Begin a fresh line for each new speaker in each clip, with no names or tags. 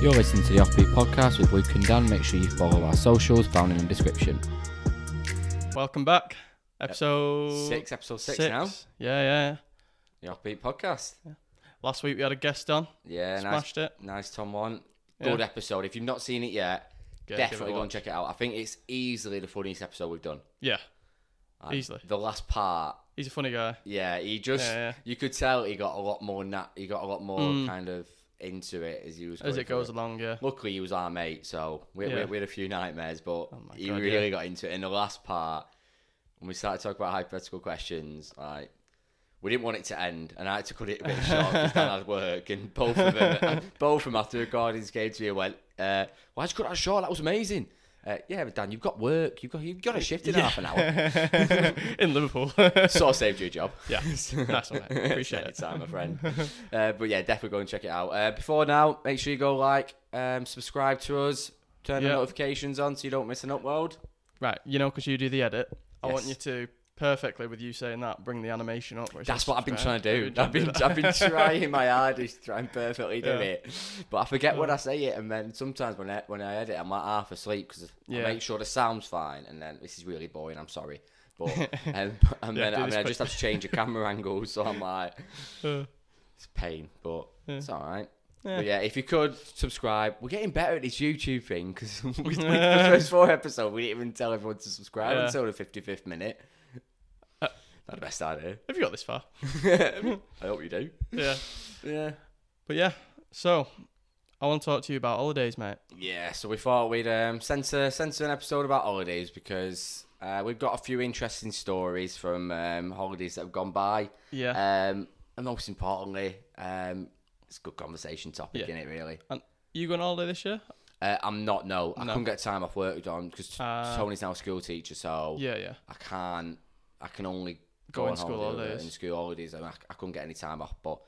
You're listening to the Offbeat Podcast with Luke and Dan. Make sure you follow our socials found in the description.
Welcome back. Episode
Six, episode six, now.
Yeah, yeah.
The Offbeat Podcast.
Last week we had a guest on.
Yeah,
Smashed it.
nice, nice Tom one.
Yeah.
Good episode. If you've not seen it yet,
Yeah, give
definitely
it a
go and
watch.
check it out. I think it's easily the funniest episode we've done.
Yeah,
Like,
Easily.
The last part,
he's a funny guy.
yeah, he just
Yeah, yeah.
you could tell he got a lot more nat he got a lot more kind of into it as he was
Hmm. As
going
it goes
through
along, yeah.
Luckily, he was our mate, so we, we,
Yeah. Oh
we had a few nightmares, but
my
he
God,
really got into it. In the last part, when we started talking about hypothetical questions, like we didn't want it to end, and I had to cut it a bit short because Dan had work, and both of them, and both of them after recordings came to me and went, uh, "Why'd you cut that short? That was amazing." Uh, yeah, but Dan, you've got work. You've got you've got a shift in half an hour.
In Liverpool.
so I saved you a job.
yeah, nice one. Mate. Appreciate it.
Anytime, my friend. uh, but yeah, definitely go and check it out. Uh, before now, make sure you go like, um, subscribe to us, turn
Yeah.
the notifications on so you don't miss an upload.
Right, you know, because you do the edit, I want you
Yes.
to perfectly with you saying that bring the animation up. where it
That's
says
what I've been trying
subscribe.
to
Don't
do. I've been
that.
I've been trying my hardest to try and perfectly do
Yeah.
it, but I forget when I say it, and then sometimes when I, when I edit, I'm like half asleep because
Yeah.
I make sure the sound's fine, and then this is really boring. I'm sorry. But, um, and then,
do
I,
this
mean, I
quick.
just have to change the camera angle, so I'm like,
Uh,
It's pain, but it's all right.
Yeah.
But yeah, if you could subscribe, we're getting better at this YouTube thing because we, we- the first four episodes we didn't even tell everyone to subscribe
Yeah. Uh.
until the fifty-fifth minute. Not the best idea.
have you got this far?
I hope you do.
Yeah.
Yeah.
But yeah, so I want to talk to you about holidays, mate.
Yeah. So we thought we'd um, censor censor an episode about holidays because uh, we've got a few interesting stories from um, holidays that have gone by.
Yeah.
Um, and most importantly, um, it's a good conversation topic,
Yeah.
innit? Really.
and you going on holiday this year?
Uh, I'm not. No, I
No.
couldn't get time off work done because
Ah.
Tony's now a school teacher, so
Yeah, yeah.
I can't. I can only
Go
go,
in
on
school
holiday
holidays.
In school holidays, and I, I couldn't get any time off. But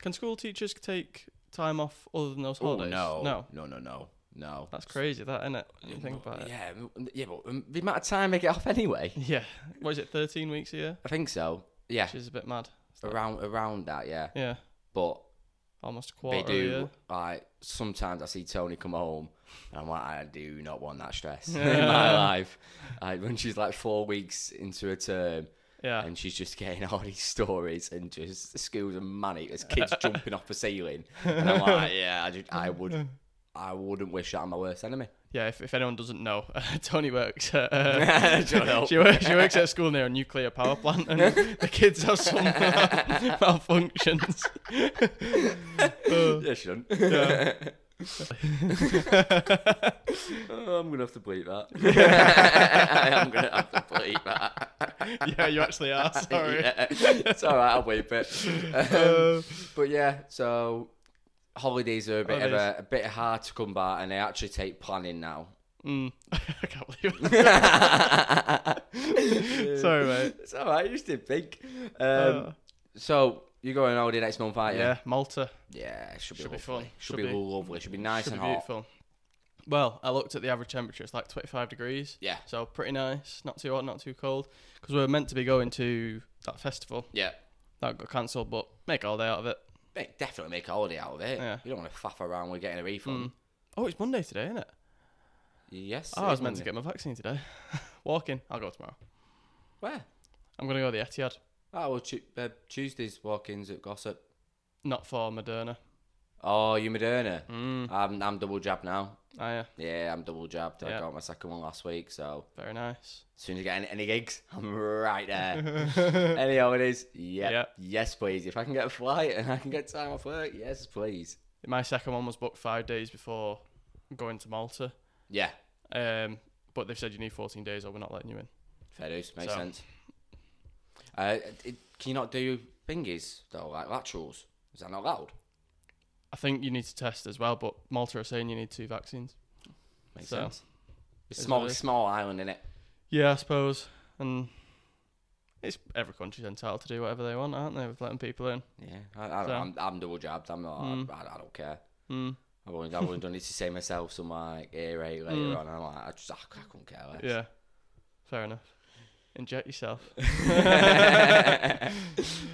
Can school teachers take time off other than those
oh
holidays?
no,
No.
no, no, no, no.
That's crazy, that, isn't it? When you think about it.
yeah, m- yeah, but um, the amount of time they get off anyway.
Yeah. What is it, 13 weeks a year?
I think so. Yeah,
Which is a bit mad.
around around that. Yeah,
Yeah.
but
Almost a quarter
they
a year.
do. Like sometimes I see Tony come home, and I'm like, I do not want that stress in my life. Like when she's like four weeks into a term.
Yeah.
and she's just getting all these stories and just the schools are manic. There's kids jumping off the ceiling, and I'm like, yeah, I, just, I would, I wouldn't wish that on my worst enemy.
Yeah, if, if anyone doesn't know, Tony works at,
Shut
uh,
up.
she, works, she works at a school near a nuclear power plant and the kids have some uh, malfunctions.
Yeah, she doesn't. Oh, I'm gonna have to bleep that. I'm gonna have to bleep that.
yeah, you actually are, sorry. Uh,
Yeah. It's all right. I'll bleep it. Um, but yeah, so holidays are a bit of a, a bit hard to come by, and they actually take planning now.
Mm. I can't believe it. Sorry, mate.
It's all right. You just did think. Um,
Uh,
So you're going on holiday next month, aren't you?
yeah, Malta.
Yeah, it should be
Should be
lovely.
fun.
Should, be, lovely. Should be nice
Should
and
be
hot.
beautiful. Well, I looked at the average temperature. It's like 25 degrees.
Yeah.
So pretty nice. Not too hot, not too cold. Because we were meant to be going to that festival.
Yeah.
That got cancelled, but make all day out of it.
Make, definitely make a holiday out of it.
Yeah.
You don't want to faff around with getting a refund.
Oh, it's Monday today, isn't it?
Yes.
Oh,
it
I was
is
meant to
Monday.
get my vaccine today. Walking. I'll go tomorrow.
Where?
I'm going to go to the Etihad.
Oh, well, tu- uh, Tuesday's walk-ins at Gossip.
Not for Moderna.
Oh, you Moderna. Mm. I'm, I'm double jabbed now.
Ah, yeah.
Yeah, I'm double jabbed.
Yeah.
I got my second one last week, so
Very nice.
As soon as you get any, any gigs, I'm right there. any holidays? Yeah.
Yeah.
Yes, please. If I can get a flight and I can get time off work, yes, please.
My second one was booked five days before going to Malta.
Yeah.
Um, but they've said you need 14 days or we're not letting you in.
Fair dues. Makes
So-
sense. Uh, it, can you not do thingies, though, like laterals? Is that not allowed?
I think you need to test as well, but Malta are saying you need two vaccines.
Makes
So,
sense. It's
is
small,
what it is.
small island, innit?
Yeah, I suppose. And it's every country's entitled to do whatever they want, aren't they? With letting people in.
Yeah. I, I don't,
So-
I'm, I'm double jabbed. I'm not, I, I don't care.
Mm.
I've only, I've only done it to save myself some like earache later on. I'm like, I just, I, I couldn't care less.
Mm. Yeah. Fair enough. Inject yourself.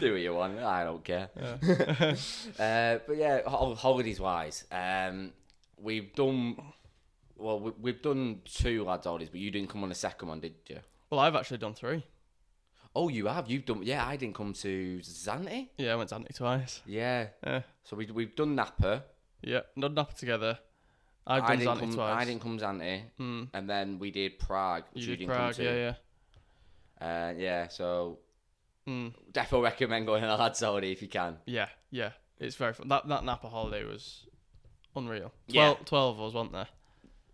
Do what you want. I don't care. uh, but yeah, ho- holidays wise, um, we've done. Well, we, we've done two lads oldies, but you didn't come on the second one, did you?
Well, I've actually done three.
Oh, you have. You've done. Yeah, I didn't come to Zante.
Yeah, I went to Anthony twice.
Yeah.
Yeah.
So we we've done Napa.
Yeah, not Napa together. I've done
didn't
Anthony
come.
twice.
I didn't come Zante,
Mm.
and then we did Prague. Which
You
you,
did
didn't
Prague,
come
yeah,
to.
yeah.
yeah. Uh, yeah. So
Mm.
definitely recommend going on a lads holiday if you can.
Yeah, yeah. It's very fun. That that Napa holiday was unreal.
Yeah.
12, 12 of us, weren't there?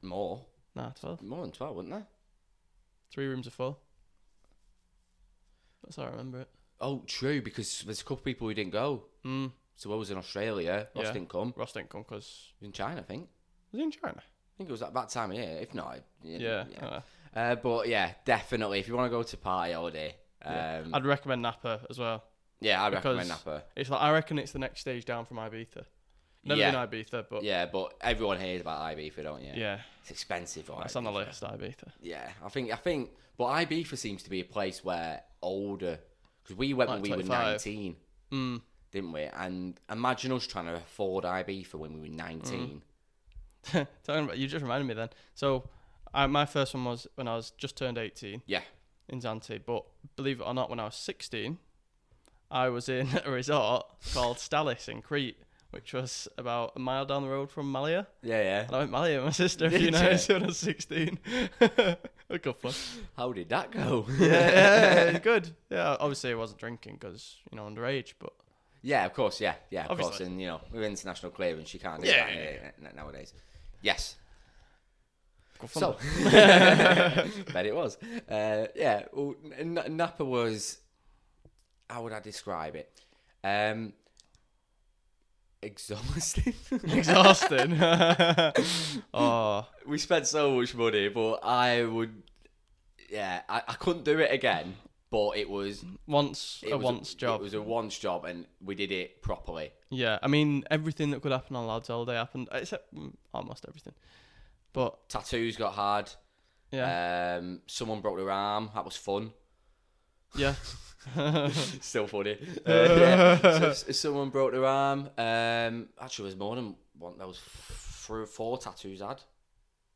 More,
Nah, 12.
more than twelve, wouldn't there?
Three rooms of four. That's how I remember it.
Oh, true. Because there's a couple of people who didn't go.
Mm.
So I was in Australia. Ross
Yeah.
didn't come.
Ross didn't come 'cause-
In China, I think.
Was he in China?
I think it was at that time of year. If not, yeah.
Yeah.
yeah.
uh,
Uh, but yeah, definitely. If you want to go to party holiday, um,
Yeah.
yeah.
I'd recommend Napa as well.
I
because-
recommend Napa.
It's like I reckon it's the next stage down from Ibiza. Never
Yeah.
been Ibiza, but yeah,
yeah, but everyone hears about Ibiza, don't you?
yeah
It's expensive, right?
that's on the list. Ibiza.
Yeah, I think I think, but Ibiza seems to be a place where older because we went when
Like
we were
25.
nineteen,
Mm.
didn't we? And imagine us trying to afford Ibiza when we were
Mm.
nineteen.
Talking about you just reminded me then. So, I, my first one was when I was just turned eighteen.
Yeah.
in Zante, but believe it or not, when I was 16, I was in a resort called Stalis in Crete, which was about a mile down the road from Malia.
Yeah, yeah.
And I went Malia with my sister, if
Did
you know,
ya?
when I was 16. a couple.
How did that go?
Yeah, yeah, it was good. Yeah, obviously I wasn't drinking because, you know, underage, but
Yeah, of course. Yeah, yeah, of course.
Obviously.
And you know, with international clearance, you can't do
Yeah,
that
yeah,
eh, n- nowadays. Yes.
good fun.
So, bet it was. Uh, yeah. Well, N- N- Napa was. How would I describe it? Um, exhausting.
Exhausting. oh,
we spent so much money, but I would. Yeah, I, I couldn't do it again. But it was
once
it
a
was
once job.
It was a once job, and we did it properly.
yeah, I mean, everything that could happen on Lads All Day happened, except mm, almost everything. But,
Tattoos got hard.
yeah.
Um, someone broke their arm. That was fun.
Yeah.
Still funny. Uh, yeah. so, s- someone broke their arm. Um, actually, there's more than one. There was f- three, four tattoos had.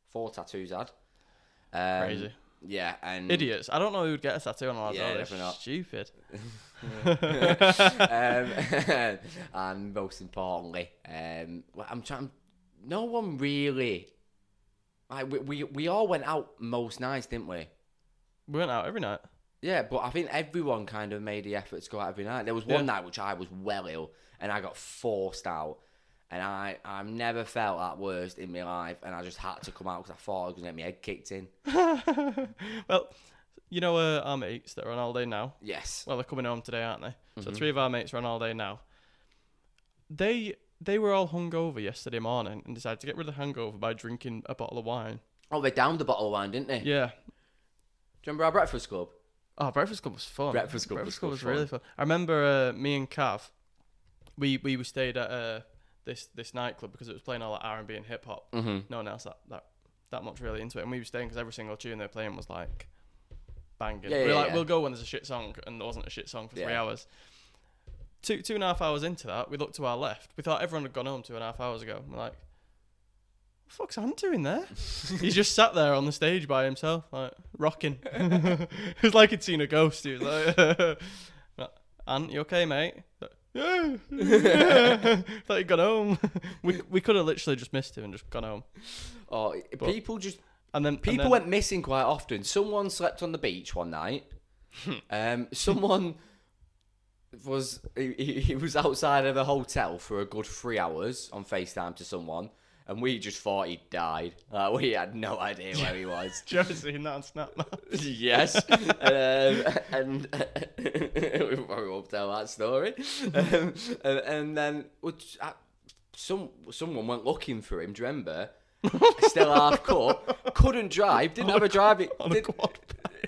Four tattoos had. Um,
Crazy.
Yeah, and
Idiots. I don't know who would get a tattoo on a lad's
Yeah,
yeah,
definitely not.
Stupid.
um, and most importantly, um, well, I'm trying. No one really. I we, we we all went out most nights, didn't we?
We went out every night.
Yeah, but I think everyone kind of made the effort to go out every night. There was one
Yeah.
night which I was well ill and I got forced out. And I, I've never felt that worst in my life. And I just had to come out because I thought I was going to get my head kicked in.
well, you know uh, our mates that are on holiday now?
Yes.
Well, they're coming home today, aren't they? So
Mm-hmm.
three of our mates are on holiday now. They they were all hungover yesterday morning and decided to get rid of the hangover by drinking a bottle of wine.
Oh, they downed the bottle of wine, didn't they? Do you
Yeah.
remember our breakfast club?
Oh, Breakfast Club was fun.
Breakfast Club
Breakfast
was
Club was
good
really fun. I remember uh, me and Cav, we we were stayed at uh, this this nightclub because it was playing all that R and B and hip hop.
Mhm.
No one else that, that that much really into it, and we were staying because every single tune they were playing was like banging.
Yeah,
we were
yeah,
like,
yeah.
we'll go when there's a shit song, and there wasn't a shit song for three
Yeah.
hours. Two two and a half hours into that, we looked to our left. We thought everyone had gone home two and a half hours ago. We're like, "The fuck's Hunter in there? He's just sat there on the stage by himself, like rocking. it was like he'd seen a ghost. He was like, "Ant, you okay, mate?" He's like, yeah. Thought he'd gone home. we we could have literally just missed him and just gone home.
Oh, people just
And then and
people
then-
went missing quite often. Someone slept on the beach one night.
Hmm.
um, someone was he, he he was outside of a hotel for a good three hours on Facetime to someone, and we just thought he died. Like, we had no idea where he was.
Have you ever seen that on Snap Map?
yes, um, and we probably won't tell that story. Um, and, and then which, uh, some someone went looking for him. Do you remember? Still half cut, couldn't drive, didn't have a driving.
on a
didn't-
quad.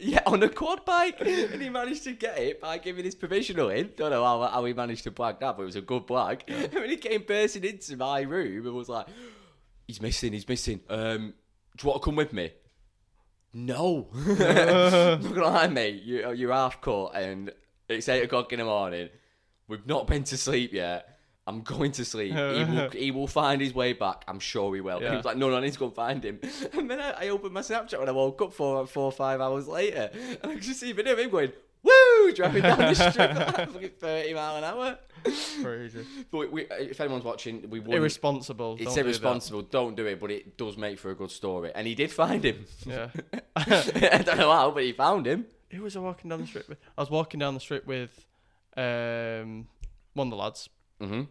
yeah, on a quad bike, and he managed to get it by giving his provisional in. Don't know how, how he managed to blag that, but it was a good blag. And when he came bursting into my room and was like, "He's missing, he's missing. Um, do you want to come with me?" No, not gonna lie, mate. You, uh, you're half caught, and it's eight o'clock in the morning. We've not been to sleep yet, I'm going to sleep. he will he will find his way back. I'm sure he will. And
Yeah.
he was like, no, no, I need to go and find him. And then I, I opened my Snapchat when I woke up four four or five hours later, and I could just see a video of him going, woo, driving down the strip at like fucking 30 mile an hour.
Crazy.
But we, uh, if anyone's watching, we wouldn't.
Irresponsible.
it's
Don't do that.
irresponsible. Don't do it. But it does make for a good story. And he did find him.
Yeah.
I don't know how, but he found him.
who was I walking down the street with? I was walking down the street with um, one of the lads,
Mm-hmm.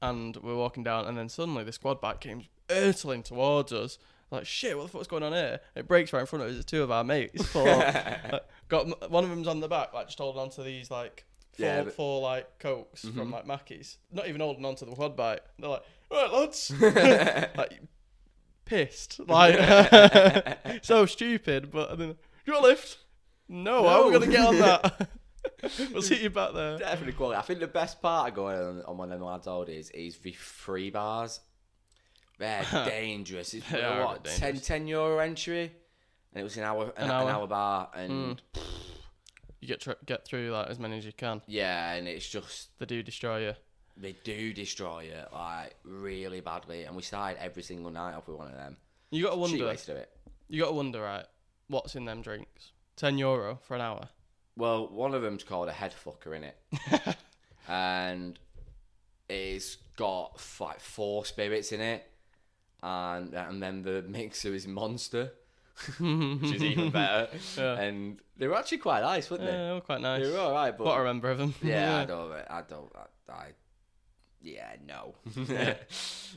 and we we're walking down, and then suddenly the squad back came hurtling towards us. Like shit, what the fuck's going on here? It breaks right in front of us. It's two of our mates. Four, like, got m- one of them's on the back, like just holding on to these like four,
Yeah, but-
four like cokes from like Mackey's. Not even holding on to the quad bike. They're like, all right, lads, like pissed, like so stupid. But then, do you want a lift? No, how are we
No.
gonna get on that? we'll see you back there.
Definitely quality. I think the best part of going on, on one of them lads' holidays is the free bars. They're dangerous. It's
They are a
what,
bit
10, 10 euro entry? And it was an hour,
An
an, an hour.
hour. Hmm.
bar. And
You get tr- get through like as many as you can.
yeah, and it's just,
They do destroy you.
they do destroy it, like, really badly. And we started every single night off with one of them.
You gotta
Cheap
wonder.
ways to do it.
You gotta wonder, right? What's in them drinks? Ten euro for an hour.
Well, one of them's called a head fucker, innit? and it's got like four spirits in it, and and then the mixer is monster, which is even better. And they were actually quite nice, weren't
Yeah,
they?
they were quite nice.
They were all right, but
What I remember of them.
yeah, I don't, I don't, I, I yeah, no,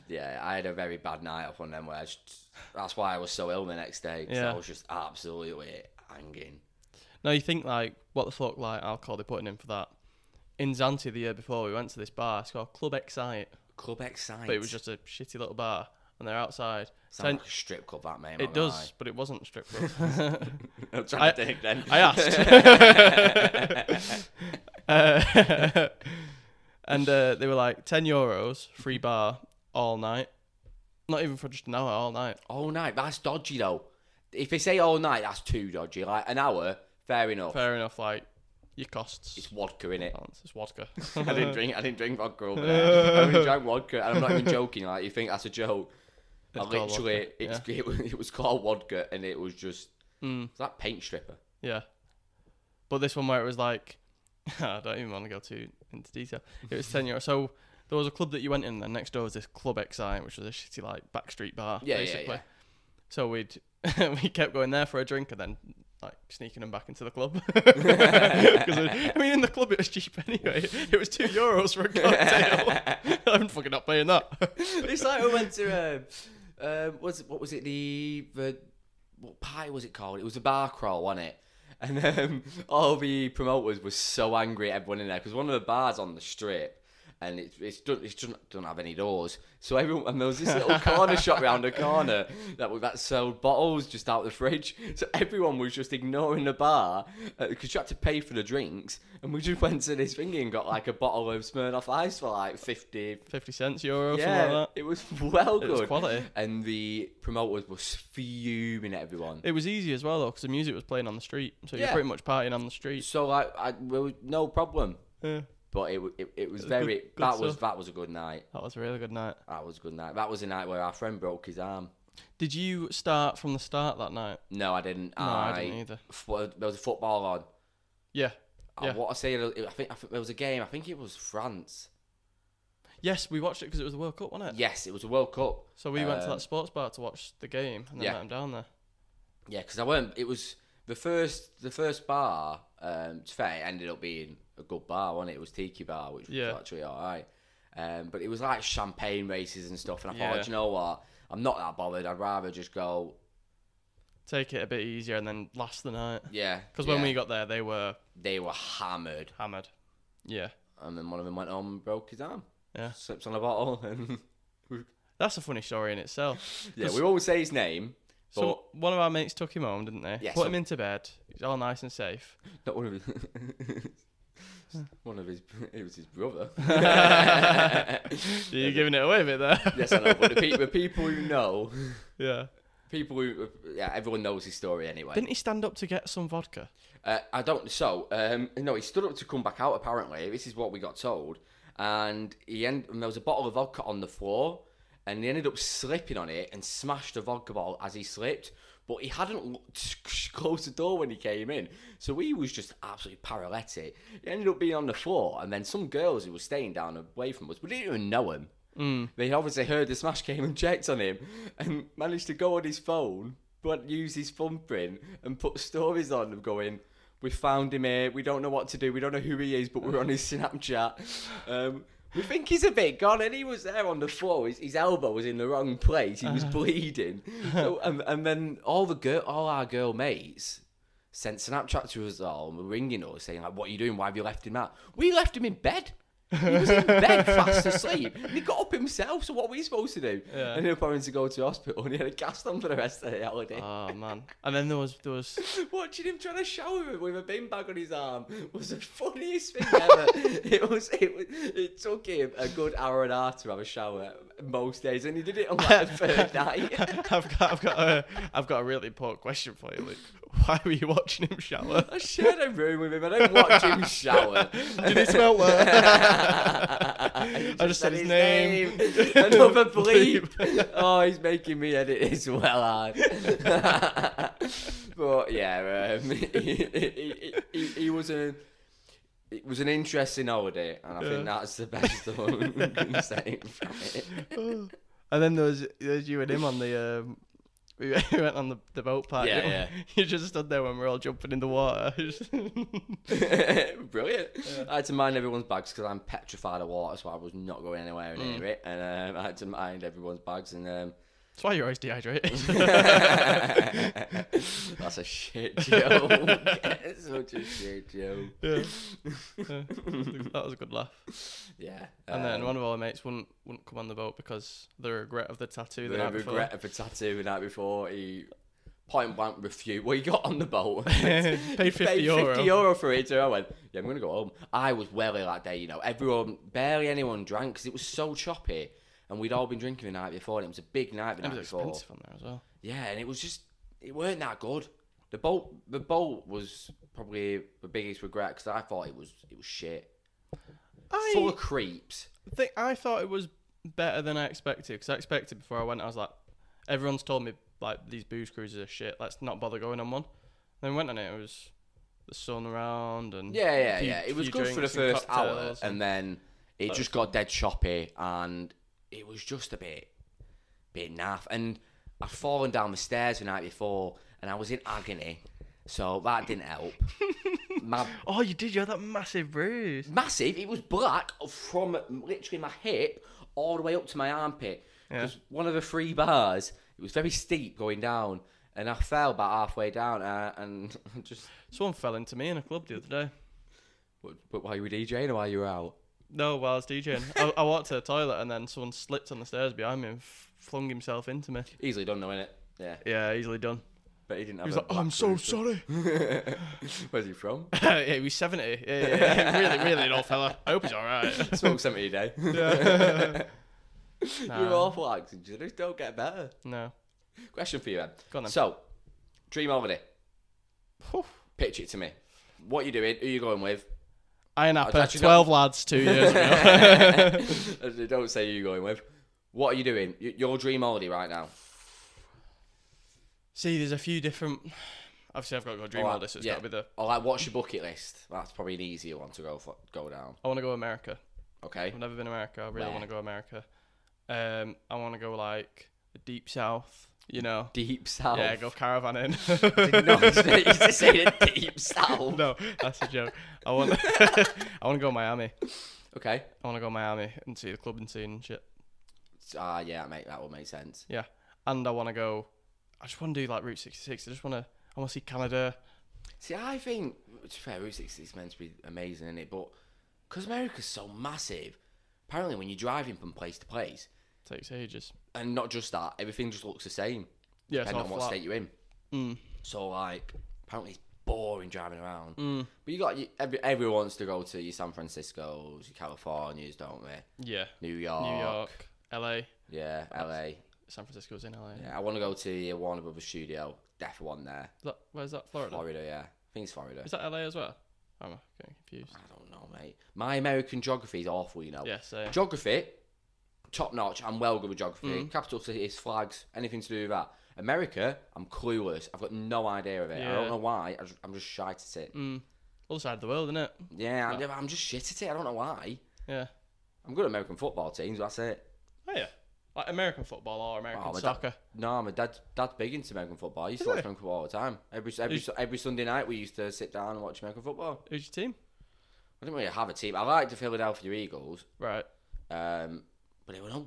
yeah, I had a very bad night off on them where I just, that's why I was so ill the next day 'cause
Yeah.
I was just absolutely hanging.
No, you think like what the fuck like alcohol they putting in for that? In Zante the year before we went to this bar, it's called Club Excite,
Club Excite.
but it was just a shitty little bar, and they're outside.
Sounds
Ten-
like a strip club, that mate.
it does, but it wasn't a strip club.
I'm
I-
trying to think then.
I asked. Uh, and uh, they were like ten euros, free bar all night. Not even for just an hour, all night.
all night, that's dodgy though. If they say all night, that's too dodgy. Like an hour, fair enough.
Fair enough, like your costs.
It's vodka in it.
balance. It's vodka.
I didn't drink. I didn't drink vodka over there. I only drank vodka, and I'm not even joking. Like you think that's a joke? I
It's called
literally,
vodka, Hmm.
it's, it, was- it was called vodka, and it was just it's like paint stripper.
yeah. But this one where it was like, I don't even want to go too into detail. It was 10 euros. So there was a club that you went in, and next door was this Club XI, which was a shitty, like, backstreet bar,
Yeah, yeah,
basically.
yeah.
So we'd. we kept going there for a drink and then like sneaking them back into the club. 'Cause I I mean, in the club it was cheap anyway. It was two euros for a cocktail. I'm fucking not paying that.
it's like we went to um, um was it, what was it the the what pie was it called? It was a bar crawl, wasn't it? And um, all the promoters were so angry at everyone in there because one of the bars on the strip. And it, it's done, it's done, don't have any doors. So everyone, and there was this little corner shop round the corner that was that sold bottles just out the fridge. So everyone was just ignoring the bar because you had to pay for the drinks. And we just went to this thingy and got like a bottle of Smirnoff Ice for like 50,
50 cents, euro,
yeah,
something like that.
it was well
It
good.
was quality.
And the promoters were fuming at everyone.
It was easy as well though, because the music was playing on the street, so you're
Yeah.
pretty much partying on the street.
So I, I there was no problem.
Yeah.
But it, wa- it, it was
It was
very
good- good
that was
stuff.
that was a good night.
That was a really good night.
That was a good night. That was a night where our friend broke his arm.
Did you start from the start that night?
No, I didn't.
No, I didn't either.
f- uh, there was a football on.
Yeah.
I
Yeah.
want to say it- I think I think there was a game. I think it was France.
Yes, we watched it because it was the World Cup, wasn't it?
Yes, it was a World Cup.
So we went to
Um,
that sports bar to watch the game, and then
yeah.
let him down there.
Yeah, because I weren't. It was the first. The first bar. Um, to fair, it ended up being a good bar, wasn't it? It was Tiki Bar, which was
Yeah.
actually all right. Um, but it was like champagne races and stuff, and I thought,
Yeah.
"Do you know what? I'm not that bothered. I'd rather just go.
Take it a bit easier, and then last the night.
Yeah,
Because when
yeah.
we got there, they were
they were hammered,
hammered. Yeah.
and then one of them went home and broke his arm.
Yeah.
slipped on a bottle, and
That's a funny story in itself.
yeah, we always say his name, but
So one of our mates took him home, didn't they?
Yeah,
Put
so-
him into bed. He's all nice and safe.
not one of his. one of his. It was his brother.
You're giving it away a bit there.
yes, I know. But the, pe- the people who know.
yeah.
people who yeah everyone knows his story anyway
Didn't he stand up to get some vodka?
uh, i don't so um no he stood up to come back out apparently this is what we got told and he end, and there was a bottle of vodka on the floor, and he ended up slipping on it and smashed the vodka bottle as he slipped. But he hadn't looked, closed the door when he came in, so he was just absolutely paralytic. He ended up being on the floor, and then some girls who were staying down away from us, we didn't even know him. They obviously heard the smash came and checked on him, and managed to go on his phone, but use his thumbprint and put stories on of going. We found him here. We don't know what to do. We don't know who he is, but we're on his Snapchat. Um, we think he's a bit gone, and he was there on the floor. His, his elbow was in the wrong place. He was bleeding. So, and, and then all the girl, all our girl mates sent Snapchat to us all and were ringing us saying like, "What are you doing? Why have you left him out?" We left him in bed. He was in bed, fast asleep. And he got up himself. So what were we supposed to do?
Yeah.
And he was having to go to hospital, and he had a cast on for the rest of the holiday.
Oh man. And then there was there was
Watching him trying to shower with a bin bag on his arm was the funniest thing ever. it was it was, it took him a good hour and a half to have a shower most days, and he did it on like the third night.
I've got I've got a I've got a really important question for you, Luke. Why were you watching him shower?
I shared a room with him. I don't watch him shower.
Did it smell
I
I just said his name.
Another bleep. oh, he's making me edit this well hard. but yeah, um, he, he, he, he was a. It was an interesting holiday, and I
Yeah.
think that's the best one we can say from it.
and then there was, there was you and him on the um, we went we went on the, the boat park.
Yeah,
didn't we?
yeah.
You just stood there when we are all jumping in the water.
Brilliant. I had to mind everyone's bags because I'm petrified of water, so I was not going anywhere
Mm.
near it. And um, I had to mind everyone's bags, and um,
That's why you're always dehydrated.
that's a shit joke. Such a shit joke.
yeah. Yeah. That was a good laugh.
Yeah.
And then
um,
one of our mates wouldn't wouldn't come on the boat because the regret of the tattoo the
the
night before.
regret of a tattoo the night before he point blank refused. Well, he got on the boat. paid
Paid 50 euro.
euro for it. So I went, yeah, I'm going to go home. I was welly that day, you know. Everyone, barely anyone drank because it was so choppy. And we'd all been drinking the night before. And it was a big night the
It
night
was
before.
expensive on there as well.
Yeah, and it was just it weren't that good. The boat, the boat was probably the biggest regret because I thought it was it was shit,
I
full of creeps.
think I thought it was better than I expected because I expected before I went, I was like, everyone's told me like these booze cruises are shit. Let's not bother going on one. Then we went on it. It was the sun around and
Yeah, yeah,
few-
yeah. It was
few
good for the
drinks and
first hour,
cocktails
and then it just got dead choppy, and it was just a bit, bit naff. And I'd fallen down the stairs the night before, and I was in agony, so that didn't help. my
oh, you did. You had that massive bruise.
massive. It was black from literally my hip all the way up to my armpit.
Yeah.
Because one of the three bars, it was very steep going down, and I fell about halfway down, uh, and I just.
Someone fell into me in a club the other day.
But, but while you were DJing or while you were out?
No, while I was DJing, I, I walked to the toilet and then someone slipped on the stairs behind me and f- flung himself into me.
Easily done though, innit? Yeah.
Yeah, easily done.
But he didn't have
He was
a
like, oh, "I'm
black
so
roof.
sorry."
Where's he from?
yeah, he was seventy. Yeah, yeah, yeah. really, really an old fella. I hope he's all right.
Smoke 70 a day. You're
Nah.
awful, Alex. You just don't get better.
No.
Question for you, then.
Go on then.
So, dream holiday.
Whew.
Pitch it to me. What you doing? Who you going with?
Iron
I
Apple,
actually
12 lads, two years ago.
Don't say who you're going with. What are you doing? Y- Your dream holiday right now?
See, there's a few different. Obviously, I've got to go dream
Or,
holiday, so it's
yeah.
got to be the.
Or like, what's your bucket list? That's probably an easier one to go for, go down.
I want to go America.
Okay.
I've never been America. I really
Where?
want to go America. Um, I want to go like the deep south. You know.
Deep south.
Yeah, go caravanning.
Did not expect you to say the deep south.
no, that's a joke. I want. I want to go Miami.
Okay.
I want to go Miami and see the clubbing scene and shit.
Ah, yeah, mate, that will make sense.
Yeah, and I want to go. I just want to do like Route 66. I just want to. I want to see Canada.
See, I think to be fair, Route 66 is meant to be amazing, isn't it? But because America's so massive, apparently when you're driving from place to place,
takes ages.
and not just that, everything just looks the same.
Yeah, it's
depending on
all
what
flat.
state you're in.
Mm.
So like, apparently it's boring driving around.
Mm.
But you got you, every, everyone wants to go to your San Francisco's, your Californias, don't they?
Yeah.
New York,
New York, LA,
yeah, LA.
San Francisco's in LA.
Yeah, I want to go to the Warner Brothers studio. Definitely one there.
Is that, where's that? Florida?
Florida, yeah. I think it's Florida.
Is that LA as well? Oh, I'm getting confused.
I don't know, mate. My American geography is awful, you know.
Yeah, same.
Geography, top notch. I'm well good with geography. Capital cities, flags, anything to do with that. America, I'm clueless. I've got no idea of it. I
Yeah.
don't know why. I just, I'm just shite at it.
mm, Other side of the world, isn't it?
Yeah, I'm, I'm just shit at it. I don't know why.
Yeah.
I'm good at American football teams. That's it.
Oh yeah. Like American football or American
Oh, my
soccer.
Dad, no, my dad, dad's big into American football. He used to watch American football all the time. Every every,
Is-
every Sunday night, we used to sit down and watch American football.
Who's your team?
I didn't really have a team. I liked the Philadelphia Eagles,
Right.
um, but they were no.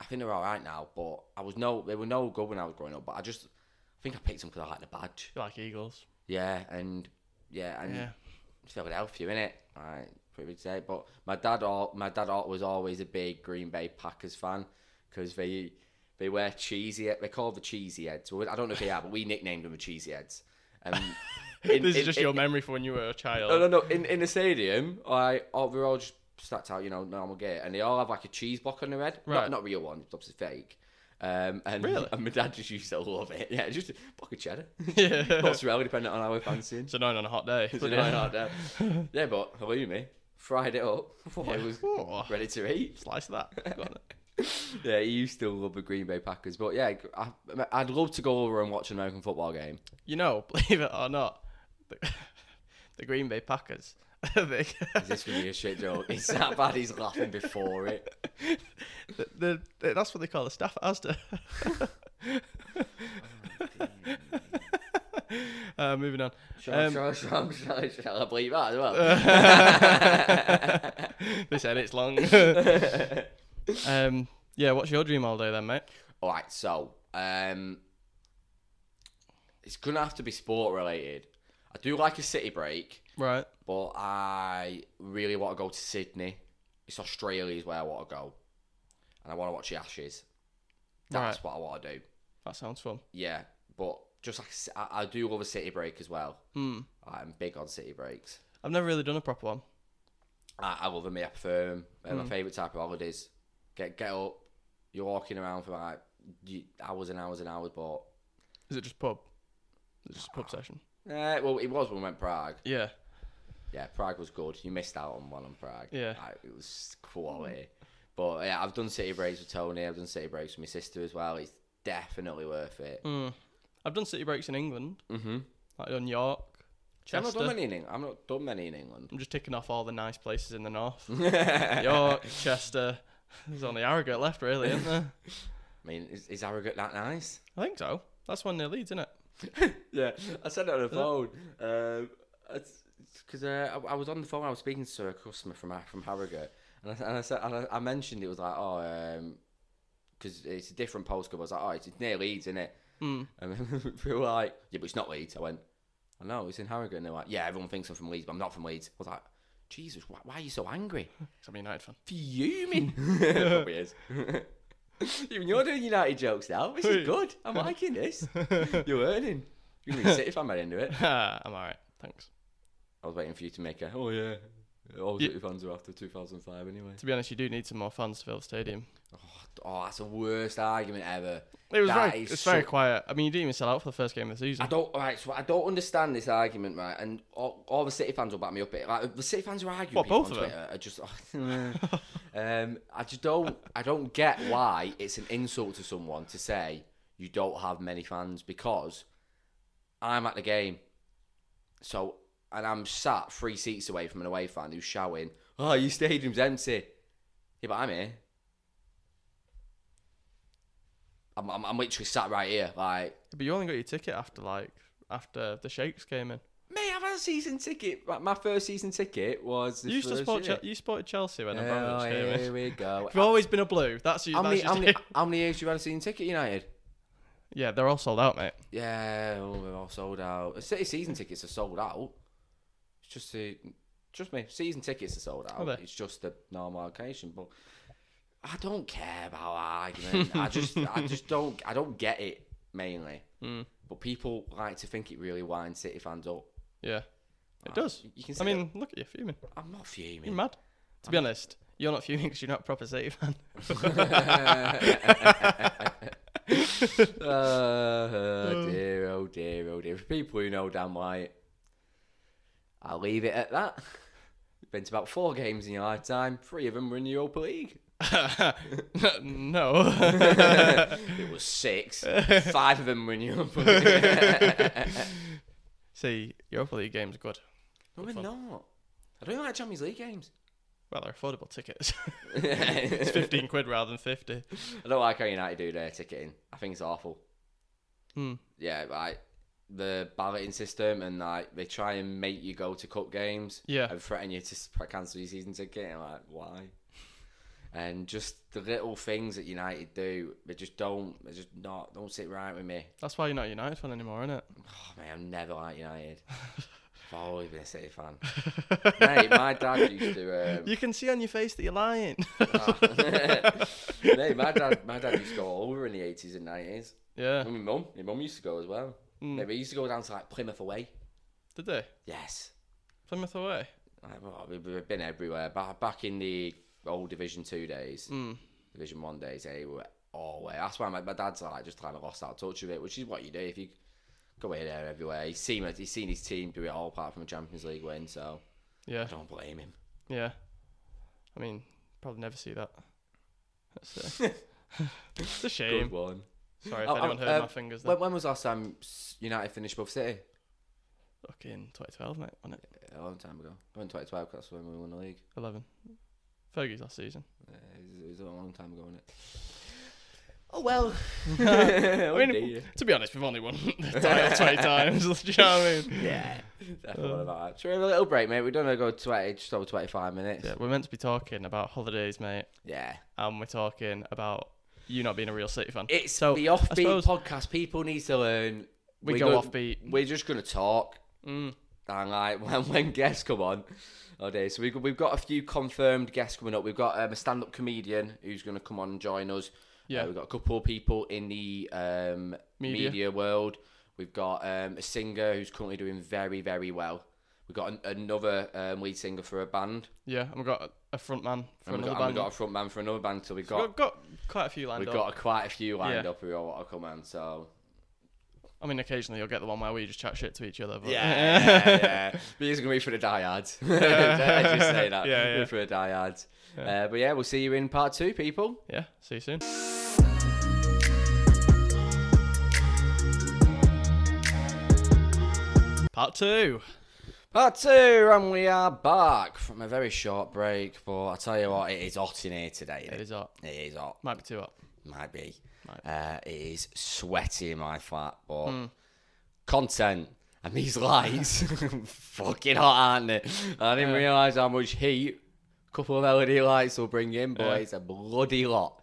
I think they're all right now, but I was no. They were no good when I was growing up. But I just, I think I picked them because I liked the badge.
You like Eagles.
Yeah, and yeah, and
Yeah.
Philadelphia, innit? I pretty much say. But my dad, al- my dad al- was always a big Green Bay Packers fan because they they wear cheesy. They call the cheesy heads. Well, I don't know if they are, but we nicknamed them the cheesy heads. Um, in-
this is
in-
just
in-
your memory for when you were a child.
No, no, no. In in the stadium, I oh, we were all just stacked out, you know, normal gear, and they all have like a cheese block on their head.
Right.
Not, not real one. It's obviously fake. Um, and,
Really?
and my dad just used to love it. Yeah, just a block of cheddar,
yeah.
mozzarella, depending on how we're fancying.
It's annoying on a hot day.
So
Bloody
nine
hell.
out of ten. Yeah, but believe me, fried it up. Thought it was
Oh,
ready to eat.
slice of that. Go on then.
Yeah, he used to love the Green Bay Packers, but yeah, I, I'd love to go over and watch an American football game.
you know, believe it or not, the, the Green Bay Packers. they,
Is this gonna be a shit joke? It's that bad. He's laughing before it.
the, the, that's what they call the staff at Asda. uh, moving on.
Shall, I- shall, I- shall, I- shall, I- shall I believe that as well?
This edit's long. um, yeah, what's your dream all day then, mate?
All right, so um, it's gonna have to be sport related. I do like a city break.
Right.
but I really want to go to Sydney. It's Australia is where I want to go, and I want to watch the Ashes. That's
Right.
what I want to do.
That sounds fun.
Yeah, but just like I s- I, I do love a city break as well. Mm. I'm big on city breaks.
I've never really done a proper one.
I, I love them. I prefer them. They're
Hmm.
my favorite type of holidays. Get get up. You're walking around for like y- hours and hours and hours, but
Is it just pub? Is it just a pub session?
eh, well, it was when we went Prague.
Yeah.
Yeah, Prague was good. You missed out on one on Prague.
Yeah.
Like, it was quality. But yeah, I've done city breaks with Tony. I've done city breaks with my sister as well. It's definitely worth it.
Hmm. I've done city breaks in England. Mm-hmm. Like on York,
I've not done
Chester.
many in England. I've not done many in England.
I'm just ticking off all the nice places in the north. York, Chester. There's only Harrogate left, really, isn't there?
I mean, is, is Harrogate that nice?
I think so. That's one near Leeds, isn't it?
Yeah, I said it on the phone. Um, Because uh, I, I was on the phone, I was speaking to a customer from Har- from Harrogate, and I, and I said, and I, I mentioned it was like, oh, because it's a different postcode. I was like, oh, it's near Leeds, isn't it? Mm. And then we were like, yeah, but it's not Leeds. I went, I know it's in Harrogate. And they're like, yeah, everyone thinks I'm from Leeds, but I'm not from Leeds. I was like, Jesus, why, why are you so angry?
'Cause I'm a United fan.
Fuming. Probably is. Even you're doing United jokes now. This is good. I'm liking this. You're earning. You're gonna be sick if I'm into it.
Ah, I'm alright. Thanks.
I was waiting for you to make a. Oh yeah. All
Yeah.
City fans are after 2005 anyway.
To be honest, you do need some more fans to fill the stadium.
Oh, that's the worst argument ever.
It was
That
very,
is
it's very
so-
quiet. I mean, you didn't even sell out for the first game of the
I
season.
don't. Right, so I don't understand this argument, right? And all, all the City fans will back me up. It like the City fans are arguing.
What,
people
both
on
of them?
Twitter are just. um, I just don't. I don't get why it's an insult to someone to say you don't have many fans because I'm at the game, so and I'm sat three seats away from an away fan who's shouting, "Oh, your stadium's empty." Yeah, but I'm here. I'm, I'm, I'm literally sat right here, like.
But you only got your ticket after like after the shakes came in.
Mate, I've had a season ticket. Like, My first season ticket was. This
You used to
first
support
year.
Chel you supported Chelsea when
Oh,
Abramovich came in.
here we go.
You've always been a blue. That's you.
how, many,
That's
how,
just
many,
you.
how many years you had a season ticket, United?
Yeah, they're all sold out, mate.
Yeah, oh, we're all sold out. The City season tickets are sold out. It's just the. Trust me, season tickets are sold out.
Are they?
It's just the normal allocation, but I don't care about argument. I just, I just don't, I don't get it mainly.
Hmm.
But people like to think it really winds City fans up.
Yeah, it does.
Ah, You can.
I
see
mean, look at you fuming.
that- I'm not fuming.
You're mad. To be honest, you're not fuming because you're not a proper City fan.
oh, Uh, dear, oh dear, oh dear. For people who know Dan White, I'll leave it at that. Been to about four games in your lifetime. Three of them were in the Europa League.
no.
it was six. Five of them were in Europa League.
See, Europa League games are good.
no, we're not. I don't even like Champions League games.
Well, they're affordable tickets. it's
I
15 quid rather than 50.
don't like how United do their ticketing. I think it's awful.
Hmm.
Yeah, like the balloting system and like they try and make you go to cup games.
Yeah.
and threaten you to s- cancel your season ticket. And like, why? And just the little things that United do, they just don't, they just not, don't sit right with me.
That's why you're not a United fan anymore, isn't it?
Oh man, I'm never like United. I've always been a City fan. Mate, my dad used to. Um,
You can see on your face that you're lying.
Ah. Mate, my dad, my dad used to go all over in the eighties and nineties.
yeah.
And my mum, my mum used to go as well. Mate, we used to go down to like Plymouth away.
Did they?
Yes,
Plymouth away?
like, well, we- we've been everywhere. Ba- back in the old Division Two days,
Mm.
Division One days, eh, we were all way. That's why my, my dad's like just kind of lost out of touch with it, which is what you do if you go here, there, everywhere. He's seen it- he's seen his team do it all apart from a Champions League win, so I
Yeah.
don't blame him.
Yeah. I mean, probably never see that. That's uh, it's a
Good
shame.
one.
Sorry if
Oh,
anyone
um,
heard my
um,
fingers there.
When, when was last time S- United finished above City?
Fucking 2012, mate, wasn't it?
A long time ago. When 2012, 'cause that's when we won the league.
11. Fergie's last season.
Uh, it, was, it was a long time ago, wasn't it? Oh well.
I mean, to be honest, we've only won the title 20 times. Do you know what I mean?
yeah, definitely one of that. Should we have a little break, mate? We're gonna go 20, just over 25 minutes.
Yeah, we're meant to be talking about holidays, mate,
Yeah.
and we're talking about you not being a real City fan.
It's
So,
the
I
offbeat
suppose-
podcast. People need to learn.
We
We're
go
gonna-
offbeat.
We're just gonna talk.
Mm.
And like when, when guests come on, oh dear. So we've got, we've got a few confirmed guests coming up. We've got um, a stand-up comedian who's going to come on and join us.
Yeah.
Uh, we've got a couple of people in the um,
Media.
media. world. We've got um, a singer who's currently doing very very well. We've got an, another um, lead singer for a band,
Yeah, and we've got a front man for
and
another
we've got, and
band.
we've got a front man for another band. So we've
We've got,
got
got quite a few lined
we've
up.
got quite a few lined
Yeah.
up who all want to come on. So
I mean, occasionally you'll get the one where we just chat shit to each other. But
Yeah, yeah. But he's gonna be for the diehards. I just say that.
Yeah, yeah.
Be for the diehards. Uh, but yeah, we'll see you in part two, people.
yeah, see you soon. Part two.
Part two, and we are back from a very short break. But I tell you what, it is hot in here today.
It is hot.
It is hot.
Might be too hot.
Might be.
Might
Uh, it is sweaty in my flat, but content and these lights, fucking hot, aren't they? I didn't realise how much heat a couple of LED lights will bring in, but
Yeah.
it's a bloody lot.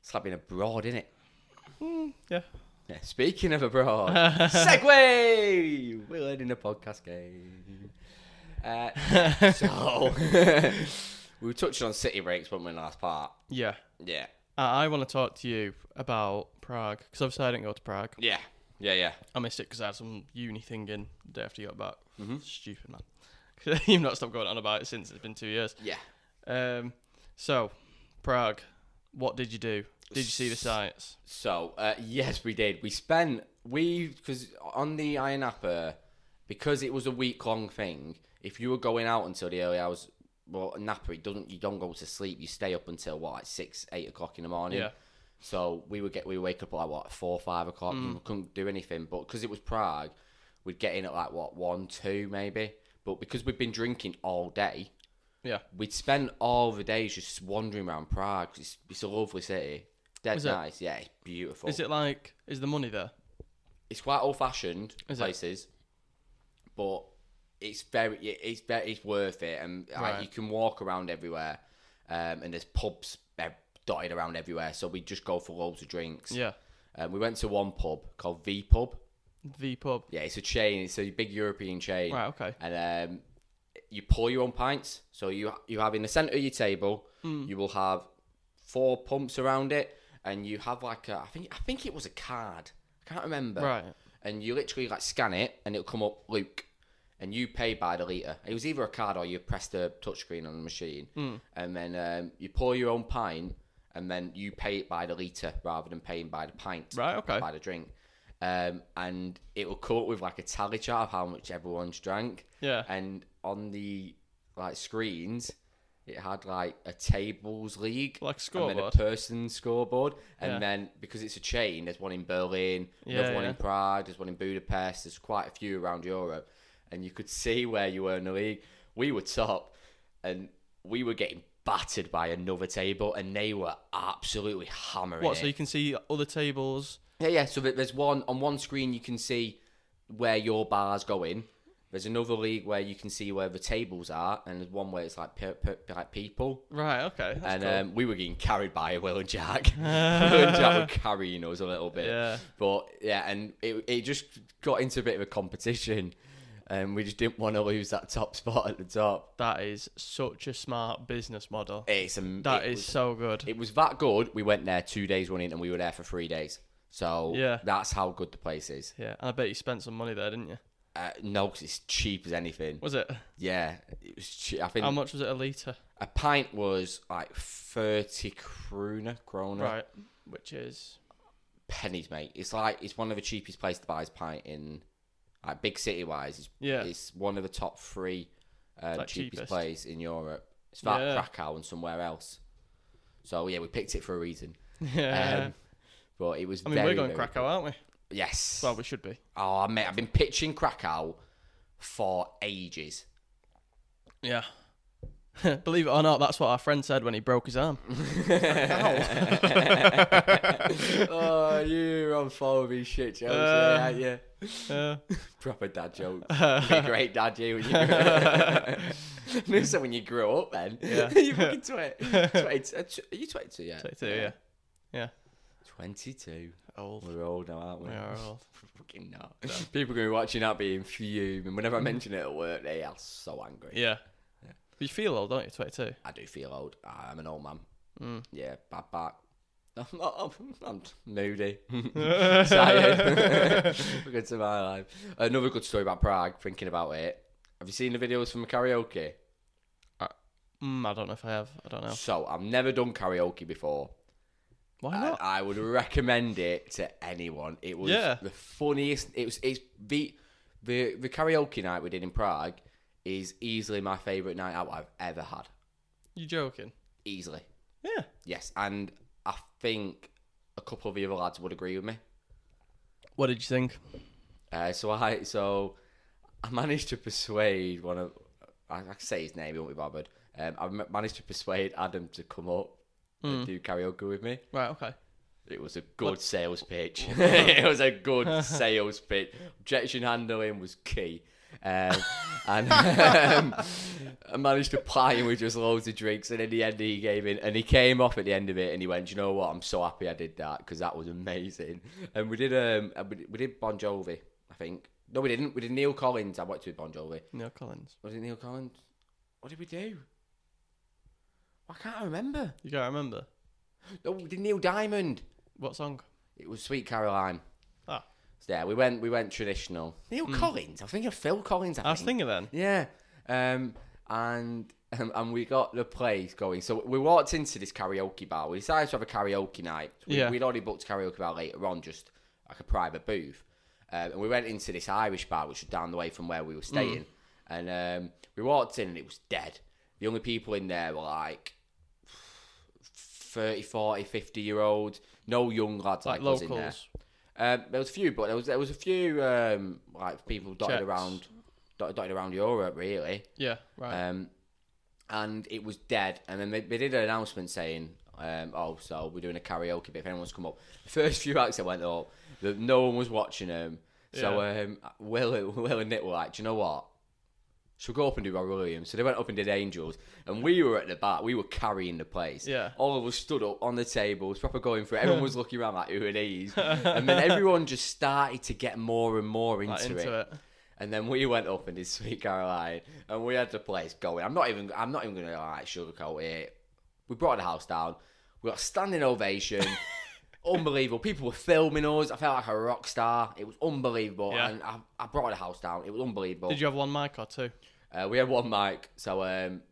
It's like being abroad, isn't it?
Yeah.
Yeah, speaking of abroad, segue. We're learning the podcast game. Uh, so we were touching on city breaks, weren't we, in the last part?
Yeah.
Yeah,
I, I want to talk to you about Prague because obviously I didn't go to Prague.
yeah, yeah, yeah.
I missed it because I had some uni thing in the day after you got back.
Mm-hmm.
Stupid man. You've not stopped going on about it since it's been two years.
Yeah.
Um, so, Prague, what did you do? Did you see the sights?
So uh, yes, we did. We spent we because on the Iron Apple because it was a week long thing. If you were going out until the early hours, well, Napa it doesn't. You don't go to sleep. You stay up until what like six, eight o'clock in the morning.
Yeah.
So we would get we wake up like what four, five o'clock. and
Mm.
we couldn't do anything, but because it was Prague, we'd get in at like what one, two maybe. But because we'd been drinking all day,
Yeah.
we'd spend all the days just wandering around Prague. It's, it's a lovely city. Dead
Is it?
nice. Yeah, it's beautiful.
Is it like, is the money there?
It's quite old fashioned
Is it?
places, but it's very it- it's very it's worth it, and like,
Right.
you can walk around everywhere, um, and there's pubs eh, dotted around everywhere. So we just go for loads of drinks.
Yeah.
Um, we went to one pub called V Pub.
The pub.
Yeah, it's a chain. It's a big European chain.
Right, okay.
And um, you pour your own pints. So you you have in the center of your table,
Hmm.
you will have four pumps around it, and you have like a, I think I think it was a card. I can't remember.
Right.
And you literally like scan it, and it'll come up Luke, and you pay by the liter. It was either a card or you press the touchscreen on the machine,
Hmm.
and then um, you pour your own pint, and then you pay it by the liter rather than paying by the pint
Right, okay.
by the drink. um, and it will come up with like a tally chart of how much everyone's drank.
Yeah.
And on the like screens, it had like a tables league,
Like
and then a
scoreboard?
person scoreboard, and
Yeah.
then because it's a chain, there's one in Berlin,
Yeah,
another one
yeah.
in Prague, there's one in Budapest. There's quite a few around Europe, and you could see where you were in the league. We were top, and we were getting battered by another table, and they were absolutely hammering.
What? So
it.
you can see other tables.
Yeah, yeah. So there- there's one on one screen you can see where your bar's going. There's another league where you can see where the tables are, and there's one where it's like per, per, like people.
Right. Okay. That's
and
cool.
um, we were getting carried by Will and Jack. Will and Jack were carrying us a little bit.
Yeah.
But yeah, and it it just got into a bit of a competition, and we just didn't want to lose that top spot at the top.
that is such a smart business model.
It's um,
That
it
is
was-
so good.
it was that good. We went there two days running, and we were there for three days. So
Yeah.
that's how good the place is.
yeah. And I bet you spent some money there, didn't you?
Uh, no, 'cause it's cheap as anything.
Was it?
Yeah, it was cheap. I think
How much was it a liter?
a pint was like thirty kroner, kroner,
Right. Which is
pennies, mate. It's like it's one of the cheapest places to buy a pint in, like big city wise. It's,
Yeah.
it's one of the top three um,
like
cheapest,
cheapest.
places in Europe. It's that
Yeah.
Krakow and somewhere else. So yeah, we picked it for a reason.
yeah.
Um, but it was.
I mean,
very,
we're going
very-
Krakow, aren't we?
Yes.
Well, we should be.
oh mate, I've been pitching Krakow for ages.
Yeah. Believe it or not, that's what our friend said when he broke his arm.
oh, you're on fire with these shit jokes,
Uh,
aren't you?
Yeah.
Proper dad jokes. You're a great dad, you. When you grew- so when you grew up, then.
Yeah.
you fucking 20, 20, uh, tw- Are you 22 yet?
22, yeah.
22.
Old.
We're old now, aren't we?
We are old.
Fucking not. People going to be watching that being fuming. Whenever
Mm.
I mention it at work, they are so angry.
Yeah. But you feel old, don't you? 22.
I do feel old. I'm an old man.
Mm.
Yeah, bad back. I'm, not, I'm, I'm moody. Tired. good to my life. Another good story about Prague, thinking about it. Have you seen the videos from karaoke?
Mm, I don't know if I have. I don't know.
So, I've never done karaoke before.
Why
And
not?
I would recommend it to anyone. It was
Yeah.
the funniest. It was it's the, the the karaoke night we did in Prague is easily my favorite night out I've ever had.
You joking?
Easily.
Yeah.
Yes, and I think a couple of the other lads would agree with me.
What did you think?
Uh, so I so I managed to persuade one of I, I can say his name, he won't be bothered. Um, I ma- managed to persuade Adam to come up and do karaoke with me.
Right, okay.
It was a good sales pitch. it was a good sales pitch. Objection handling was key. Um, and um, I managed to ply him with just loads of drinks. And in the end, he gave in. And he came off at the end of it and he went, "Do you know what? I'm so happy I did that because that was amazing. And we did um, and we did- we did Bon Jovi, I think. No, we didn't. We did Neil Collins. I worked with Bon Jovi.
Neil Collins.
Was it Neil Collins? What did we do? I can't remember.
You gotta remember.
No, we did Neil Diamond.
What song?
It was Sweet Caroline.
Ah.
So, yeah, we went we went traditional. Neil Collins. I think of Phil Collins. I,
I was
think.
thinking then.
Yeah. Um. And um, and we got the place going. So we walked into this karaoke bar. We decided to have a karaoke night. We,
Yeah.
We'd already booked a karaoke bar later on, just like a private booth. Um, and we went into this Irish bar, which was down the way from where we
Mm.
were staying. And um, we walked in, and it was dead. The only people in there were like 30, 40, 50 year olds. No young lads
Like
like, us in there.
locals.
Um, there was a few, but there was there was a few um, like people dotted
Czechs.
around, dotted, dotted around Europe, really.
Yeah, right.
Um, and it was dead. And then they, they did an announcement saying, um, "Oh, so we're doing a karaoke bit. If anyone's come up, the first few acts that went up, the, no one was watching them. So um, Will, Will and Nick were like, "Do you know what? So go up and do Robbie Williams. So they went up and did Angels, and we were at the back. We were carrying the place.
Yeah.
all of us stood up on the tables, proper going for it. Everyone was looking around like who are these, and then everyone just started to get more and more into,
Like, into
it.
it.
And then we went up and did Sweet Caroline, and we had the place going. I'm not even. I'm not even gonna like sugarcoat it. We brought the house down. We got a standing ovation. unbelievable. People were filming us. I felt like a rock star. It was unbelievable.
Yeah.
And I, I brought the house down. It was unbelievable.
Did you have one mic or two?
Uh, we had one mic, so um,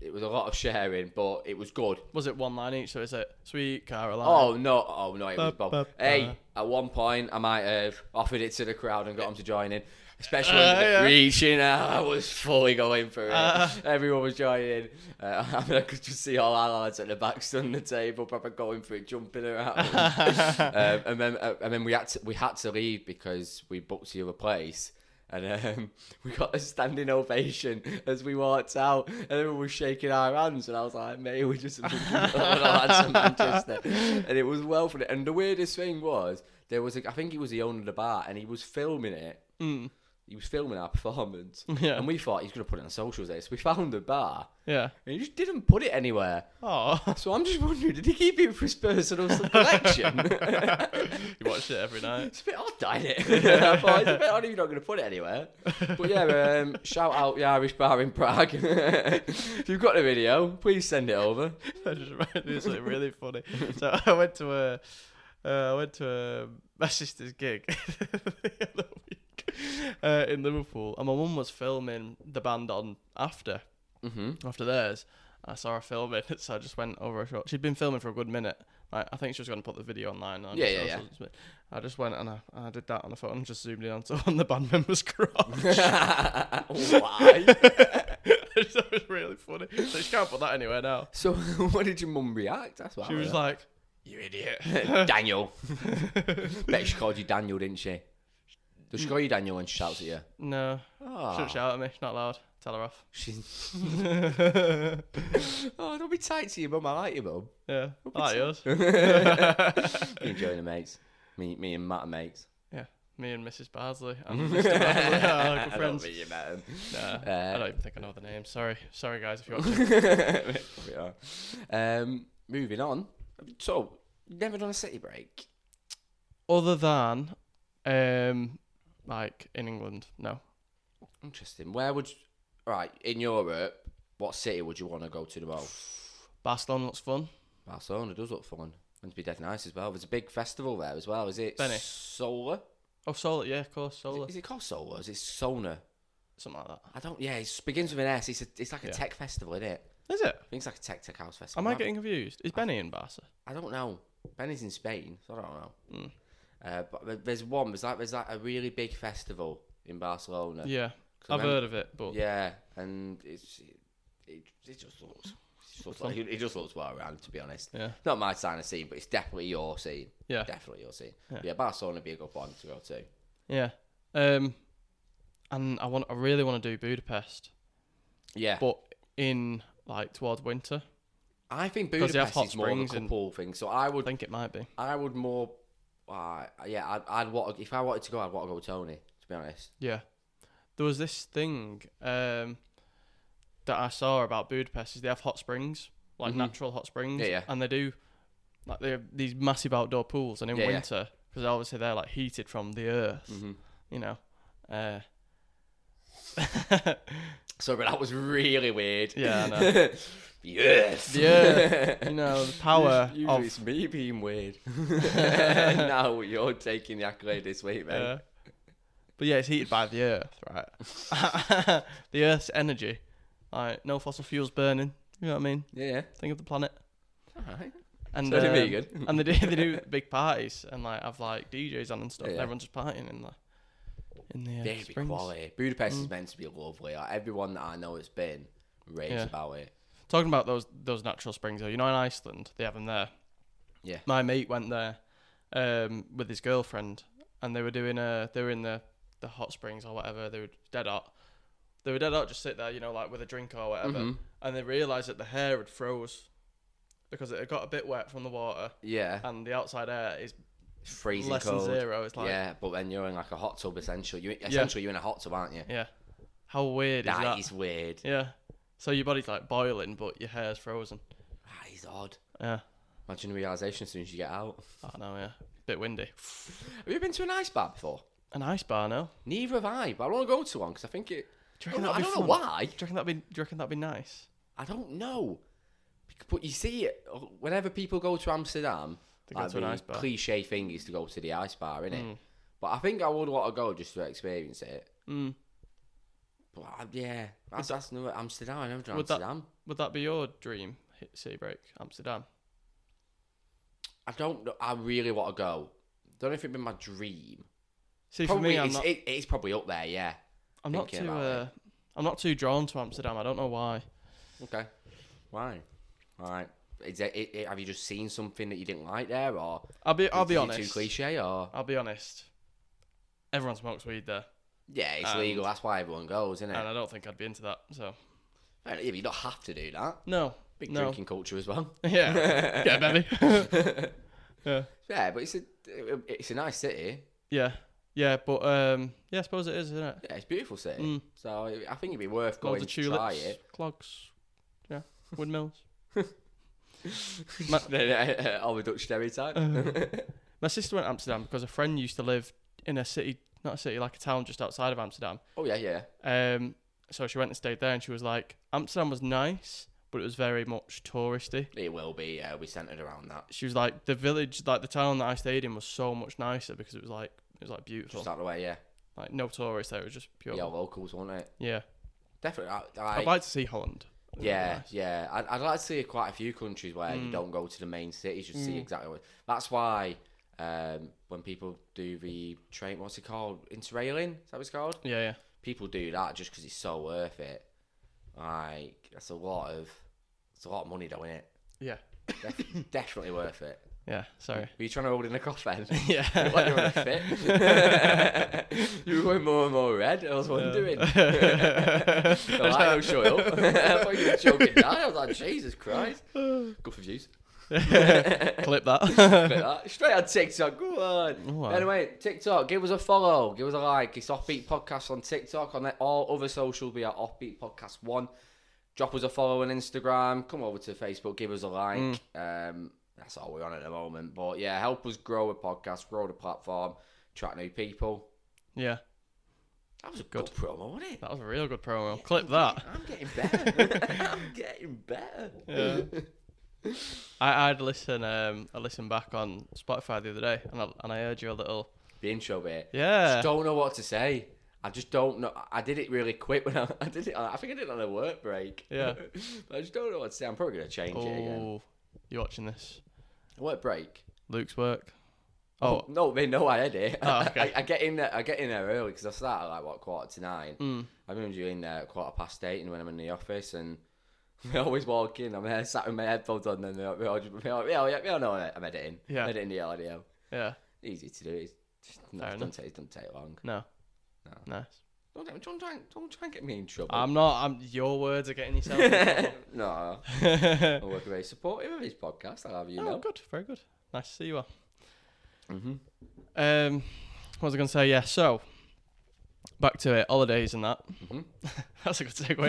It was a lot of sharing, but it was good.
Was it one line each? So it's it, sweet Caroline.
Oh no! Oh no! It was
Ba,
Bob.
ba,
Hey,
ba.
at one point I might have offered it to the crowd and got them to join in. Especially
Uh, yeah.
reaching out, I was fully going for it.
Uh.
Everyone was joining. Uh, I, mean, I could just see all our lads at the back stood the table, proper going for it, jumping around. um, and then, uh, and then we had to, we had to leave because we booked the other place. And um, we got a standing ovation as we walked out, and everyone was shaking our hands. And I was like, "Mate, we just one of the lads from Manchester." And it was well for it. And the weirdest thing was, there was a, I think he was the owner of the bar, and he was filming it.
Mm.
He was filming our performance,
Yeah.
and we thought he's gonna put it on socials. This we found the bar,
Yeah.
and he just didn't put it anywhere.
Oh.
So I'm just wondering, did he keep it for his personal collection?
you watched it every night.
It's a bit odd, ain't it? I thought, it's a bit odd if you're not going to put it anywhere. But yeah, um, shout out the Irish Bar in Prague. if you've got the video, please send it over.
I just remember this like really funny. So I went to a, uh, I went to a, my sister's gig the other week uh, in Liverpool, and my mum was filming the band on after
hmm
after theirs. I saw her filming, so I just went over a shot. She'd been filming for a good minute. Like, I think she was going to put the video online. on
Yeah,
her
yeah, yeah.
socials, but I just went and I, I did that on the phone and just zoomed in on, on the band member's crotch.
Uh, Why?
I just thought it was really funny. So she can't put that anywhere now.
So, what did your mum react? That's why.
She was like, "You idiot."
like, Daniel. Bet she called you Daniel, didn't she? Does she call you Daniel when she shouts at you?
No,
Oh,
shouldn't shout at me. She's not allowed. Tell her off.
she's... oh don't be tight to your mum. I like your mum.
Yeah, I like yours.
Me and Joe are mates. Me, me and Matt are mates.
Yeah, me and Mrs. Barsley. And Mr. Barsley are good
I don't
friends.
think you met him.
Nah,
Uh,
I don't even think I know the name. Sorry, sorry guys, if you're watching.
We are. um, moving on. So, you never done a city break?
Other than, um, like in England, no.
Interesting. Where would, right, in Europe, what city would you want to go to the most?
Barcelona looks fun.
Barcelona does look fun. Meant to be dead nice as well. There's a big festival there as well. Is it
Benny?
Solar?
Oh, Solar, yeah, of course,
Is
Solar,
it, is it called Solar? Is it Sona?
something like that.
I don't. Yeah, it begins with an S. It's a, It's like a
Yeah.
tech festival, isn't it?
Is it?
I think it's like a tech tech house festival.
Am I
I've-
getting confused? Is Benny in Barca?
I don't know. Benny's in Spain, so I don't know. Uh, but there- there's one. There's like there's like a really big festival in Barcelona.
Yeah,
'Cause I
I've
remem-
heard of it, but
Yeah, and it's it, it just looks. it just looks
Fun.
Like, it just looks well around, to be honest.
yeah,
Not my sign of scene, but it's definitely your scene.
yeah.
Definitely your scene. Yeah,
Yeah.
Barcelona would be a good one to go to.
Yeah. Um, and I want, I really want to do Budapest,
Yeah,
but in like towards winter.
I think
'Cause they have
Budapest
hot
is more of a
springs and-
couple thing. So I
I
would,
think it might be.
I would more. Uh, yeah, I'd, I'd want if I wanted to go, I'd want to go with Tony. To be honest.
Yeah. There was this thing um, that I saw about Budapest is they have hot springs, like
Mhm.
natural hot springs.
Yeah, yeah.
And they do like they have these massive outdoor pools, and in
Yeah, yeah.
winter because obviously they're like heated from the earth,
Mm-hmm.
you know. Uh,
So, but that was really weird.
Yeah, I
yes.
Yeah. you know the power
Usually
of
it's me being weird. now you're taking the accolade this week, mate.
Yeah. But yeah, it's heated by the Earth, right? the Earth's energy. Like, no fossil fuels burning. You know what I mean?
yeah. yeah.
Think of the planet.
All right.
And
So they're
um,
vegan.
and they do they do big parties and like have like DJs on and stuff.
Yeah,
And
yeah.
everyone's just partying in the in the uh,
They'd be
springs.
quality. Budapest
Mm.
is meant to be lovely. Like, everyone that I know has been raves
Yeah.
about it.
Talking about those those natural springs, though, you know, in Iceland they have them there.
Yeah.
My mate went there um, with his girlfriend, and they were doing a they were in the the hot springs or whatever. They were dead hot. They were dead hot, just sit there, you know, like with a drink or whatever.
Mhm.
And they realised that the hair had froze because it had got a bit wet from the water,
Yeah.
and the outside air is
It's freezing
Uh, less
cold.
than zero. It's like, yeah,
yeah, but then you're in like a hot tub essentially. You essentially you're in a hot tub, aren't you?
how weird is
That
that?
is weird.
Yeah. So your body's like boiling, but your hair's frozen.
That is odd.
Yeah.
Imagine the realization as soon as you get out.
I know. Yeah. Bit windy.
Have you been to an ice bar before?
An ice bar now.
Neither have I, but I want to go to one because I think it.
Do you
I
reckon
don't, know- I
that'd be
don't know
fun?
why.
Do you reckon that'd be? Do you reckon that'd be nice?
I don't know. Bec- But you see it whenever people go to Amsterdam.
They go to an
the
ice bar. Mm.
Cliche thing is to go to the
Hmm.
ice bar, innit? But I think I would want to go just to experience it.
Mm.
But uh, yeah, that's, that's another Amsterdam. I never done
Would that-
Amsterdam.
Would that be your dream hit sea break, Amsterdam?
I don't. know. I really want to go. Don't know if it'd be my dream.
See, for
Probably,
me, I'm
it's,
not.
it, it's probably up there. Yeah.
I'm not
thinking
too.
about
Uh, I'm not too drawn to Amsterdam. I don't know why.
Okay. Why? All right. Is there, it, it- have you just seen something that you didn't like there, or
I'll be. I'll
is
be
it
honest.
Too cliche, or
I'll be honest. Everyone smokes weed there,
yeah, it's
And-
legal. That's why everyone goes, isn't it?
and I don't think I'd be into that. So
Fair enough, yeah, but you don't have to do that.
no,
Big
no,
drinking culture as well.
yeah, yeah, baby, yeah,
Yeah, but it's a it's a nice city.
yeah, yeah. But um, yeah, I suppose it is, isn't it?
Yeah, it's a beautiful city.
Mm.
So I think it'd be worth
Loads
going
of
to try
tulips,
it.
clogs, yeah, windmills.
All the Dutch stereotype.
My sister went to Amsterdam because a friend used to live in a city, not a city, like a town just outside of Amsterdam.
oh yeah, yeah.
Um, so she went and stayed there, and she was like, Amsterdam was nice, but it was very much touristy.
It will be. Yeah, we centered around that.
She was like, the village, like the town that I stayed in, was so much nicer because it was like it was like beautiful,
Just out the way. Yeah,
like no tourists there. It was just pure.
yeah.
Yeah,
Locals, won't it? Definitely. I,
I'd
I,
like to see Holland. It'd be
yeah, Mm.
nice.
yeah. I'd, I'd like to see quite a few countries where you don't go to the main cities. You see exactly what. That's why um, when people do the train, what's it called? Interrailing. Is that what it's called?
yeah, yeah.
people do that just because it's so worth it. Like that's a lot of it's a lot of money though, isn't it?
Yeah.
Def- definitely worth it.
Yeah, sorry.
Were you trying to hold in a cough then?
Yeah.
Like you were a fit. you were going more and more red. I was wondering. The light don't shut up. I thought you were joking down. I was like, Jesus Christ. Good for views.
Clip that.
Look at that. uh, Straight on TikTok. Go on.
Wow.
Anyway, TikTok, give us a follow, give us a like. It's Offbeat Podcast on TikTok. On all other socials, we are Offbeat Podcast One. Drop us a follow on Instagram. Come over to Facebook, give us a like. Um, that's all we're on at the moment. But yeah, help us grow a podcast, grow the platform, attract new people.
yeah,
That was a good, promo, wasn't it?
that was a real good promo. Clip that.
I'm getting better. I'm getting better.
I, I'd listen. Um, I listened back on Spotify the other day, and I, and I heard your little
The intro bit.
yeah.
just don't know what to say. I just don't know. I did it really quick when I, I did it. on- I think I did it on a work break.
Yeah.
I just don't know what to say. I'm probably gonna change it again.
Oh, you watching this?
Work break.
Luke's work. Oh,
No, they know I had it.
Oh, okay.
I, I get in there. I get in there early because I start at like what quarter to nine.
Mm.
I remember you in there at quarter past eight, and when I'm in the office, and I always walk in. I'm there, sat with my headphones on, and they're like, "Oh, just- oh, yeah, yeah, yeah, no, I'm editing.
Yeah.
editing the audio.
yeah.
Easy to do. It's just, no,
Fair
it
enough.
doesn't take. It doesn't take long.
No.
No.
Nice.
Don't, don't try. and- Don't try and get me in trouble.
I'm not. I'm. Your words are getting yourself. in trouble.
no. I work very supportive of his podcast. I'll have you
oh,
know.
good. Very good. Nice to see you. All.
Mm-hmm.
Um, what was I going to say? Yeah. So, back to it. Holidays and that.
Mhm.
That's a good segue.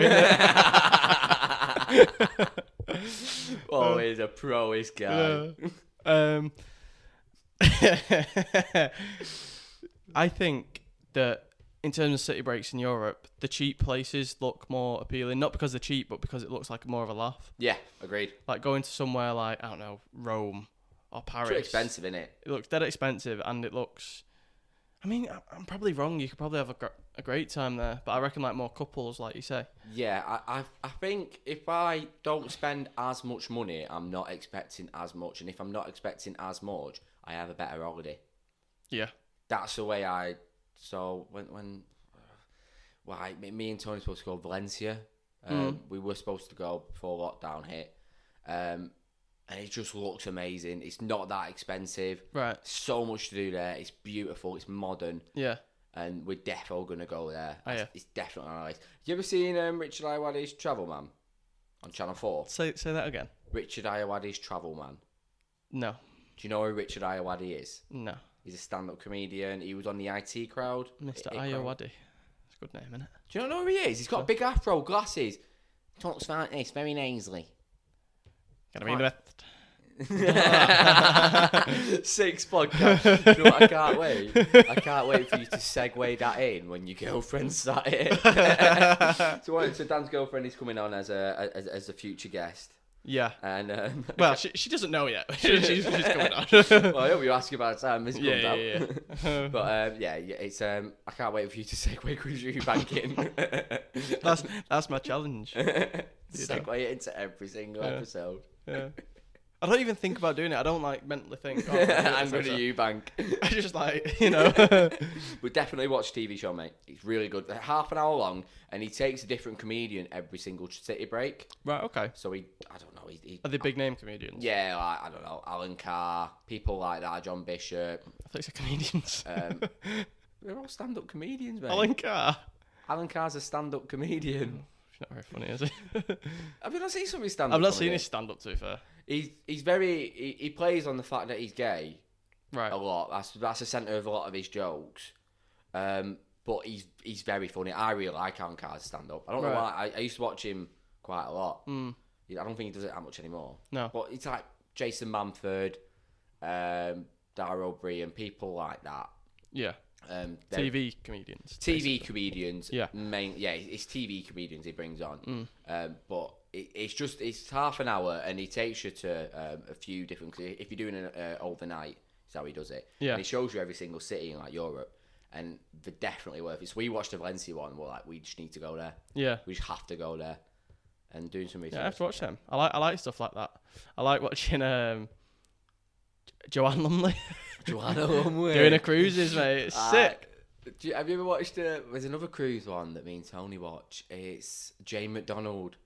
Isn't it?
oh, he's a pro, this guy.
um. I think that in terms of city breaks in Europe, the cheap places look more appealing. Not because they're cheap, but because it looks like more of a laugh.
Yeah, agreed.
Like going to somewhere like I don't know Rome or Paris.
Pretty expensive, isn't it?
It looks dead expensive, and it looks. I mean, I- I'm probably wrong. You could probably have a, gr- a great time there, but I reckon like more couples, like you say.
Yeah, I, I, I think if I don't spend as much money, I'm not expecting as much, and if I'm not expecting as much, I have a better holiday.
Yeah.
That's the way I. So when when, why me- me and Tony supposed to go Valencia.
Hmm.
Um, We were supposed to go before lockdown hit, um, and it just looks amazing. It's not that expensive.
Right.
So much to do there. It's beautiful. It's modern,
Yeah.
and we're defo gonna go there.
Oh, yeah.
It's definitely on our list. You ever seen um, Richard Iowadi's Travel Man on Channel Four?
Say say that again.
Richard Iowadi's Travel Man.
No.
Do you know who Richard Iowadi is?
No.
He's a stand-up comedian. He was on the IT crowd.
Mr.
It- It Crowd.
Ayawadi. It's a good name, isn't it?
Do you not know who he is? He's got a big afro, glasses, talks like this very nicely.
Gotta be the best.
Six podcast. Do you know what? I can't wait. I can't wait for you to segue that in when your girlfriend's sat here. so, what- so Dan's girlfriend is coming on as a as, as a future guest.
Yeah.
And um,
Well, she, she doesn't know yet. she's, she's coming on.
well, I hope you ask about time this comes
yeah,
out.
yeah, yeah.
But um, yeah, yeah, it's um, I can't wait for you to segue quickly banking.
that's that's my challenge.
segue it into every single
Yeah.
episode.
Yeah. I don't even think about doing it. I don't like mentally think. Oh,
I'm going
so-
to you bank.
I just like you know.
We definitely watch TV show, mate. It's really good. They're half an hour long, and he takes a different comedian every single city break.
right. Okay.
So he, I don't know, he, he
Are they big name comedians?
yeah, like, I don't know, Alan Carr, people like that, John Bishop.
I think they're comedians.
Um, they're all stand-up comedians, mate.
Alan Carr.
Alan Carr's a stand-up comedian.
He's uh, not very funny, is he?
Have you not seen some of his stand-up?
I've not seen
comedy?
his stand up. To be fair.
He's he's very he, he plays on the fact that he's gay
Right.
a lot. That's that's the centre of a lot of his jokes. Um, but he's he's very funny. I really like Alan Carr's stand up. I don't know
Right. Hmm.
why. I, I used to watch him quite a lot. Yeah, I don't think he does it that much anymore.
No.
But it's like Jason Manford, um, Dara O'Brien, people like that.
Yeah.
Um, they're-
TV comedians.
TV comedians,
Yeah. Mm.
main, yeah, it's TV comedians he brings on. Um, but it, it's just it's half an hour, and he takes you to um, a few different. Cause if you're doing an uh, overnight, is how he does it.
Yeah.
and he shows you every single city in like Europe, and they're definitely worth it. So we watched the Valencia one. We're like, we just need to go there.
Yeah.
We just have to go there, and doing some research.
Yeah, I have to watch them. I like I like stuff like that. I like watching um, Joanne Lumley
Joanna Lumley
doing her cruises, mate. It's sick.
Uh, do you, have you ever watched? Uh, there's another cruise one that me and Tony watch. It's Jane McDonald.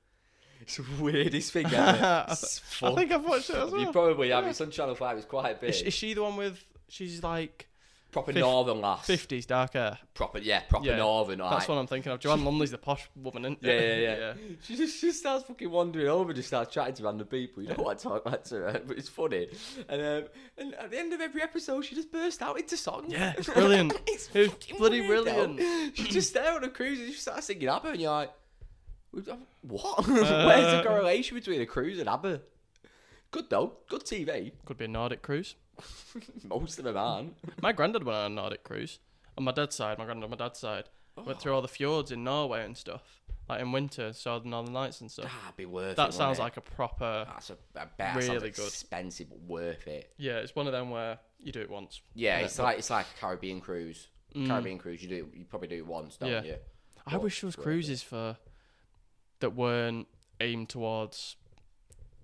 It's the weirdest thing ever. It's
I
fun.
think I've watched it as
you
well.
probably have. It's on Channel Five. It's quite big.
Is, is she the one with? She's like
proper
fif-
northern lass.
fifties, dark hair.
Proper, yeah, proper
Yeah,
northern.
That's
like-
what I'm thinking of. Joanne Lumley's the posh woman, isn't
yeah, yeah, yeah, She just she starts fucking wandering over, just starts chatting to random people. You don't want to talk back to her, but it's funny. And um, and at the end of every episode, she just bursts out into song.
Yeah, it's brilliant.
it's
It's
fucking
bloody
weird, though.
brilliant.
She's just there on a cruise and she starts singing ABBA, and you're like, what? Where's the correlation between a cruise and ABBA? Good though, good TV.
Could be a Nordic cruise.
Most of them aren't.
My granddad went on a Nordic cruise. On my dad's side, my granddad on my dad's side. Went
Oh.
through all the fjords in Norway and stuff. Like in winter, saw the Northern Lights and stuff.
That'd be worth it.
That
wouldn't
sounds
it?
like a proper
that's a, a bet. Really
really
good,
good.
expensive, but worth it.
Yeah, it's one of them where you do it once.
Yeah,
Yeah,
it's like it's like a Caribbean cruise. Caribbean cruise, you do it- you probably do it once, don't
Mm. Yeah.
you?
I wish there was cruises for that weren't aimed towards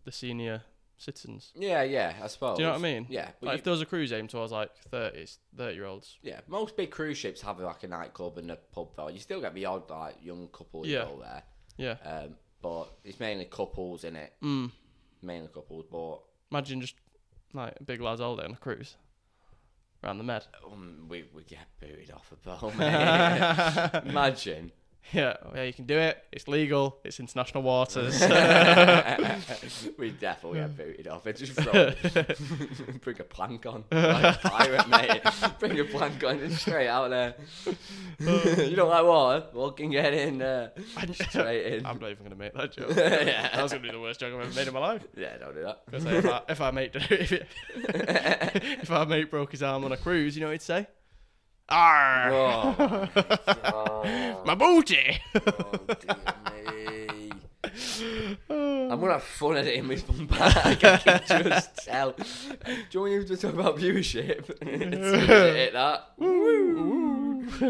the senior citizens.
Yeah, yeah, I suppose.
Do you know what I mean?
Yeah, but
Like
you-
if there was a cruise aimed towards like thirties, thirty year olds.
yeah. Most big cruise ships have like a nightclub and a pub though. You still get the odd like young couple you
Yeah.
go there,
Yeah.
um, but it's mainly couples in it.
Mm.
Mainly couples, but
Imagine just like big lads all day on a cruise. Around the med.
um, we we get booted off a boat. mate. Imagine.
Yeah, yeah, you can do it. It's legal. It's international waters.
we definitely get booted off. It's just throw, bring a plank on, like a pirate mate. Bring a plank on and straight out there. you don't like water? Well, can get in there. uh, Straight in.
I'm not even gonna make that joke.
Yeah.
That was gonna be the worst joke I've ever made in my life.
Yeah, don't do that.
Because if, I- if our mate if, if our mate broke his arm on a cruise, you know what he'd say? Arr,
Oh, oh,
my booty. Oh,
dear me. I'm gonna have fun at it in this one back. I can just tell. Do you want you to talk about viewership? Hit that.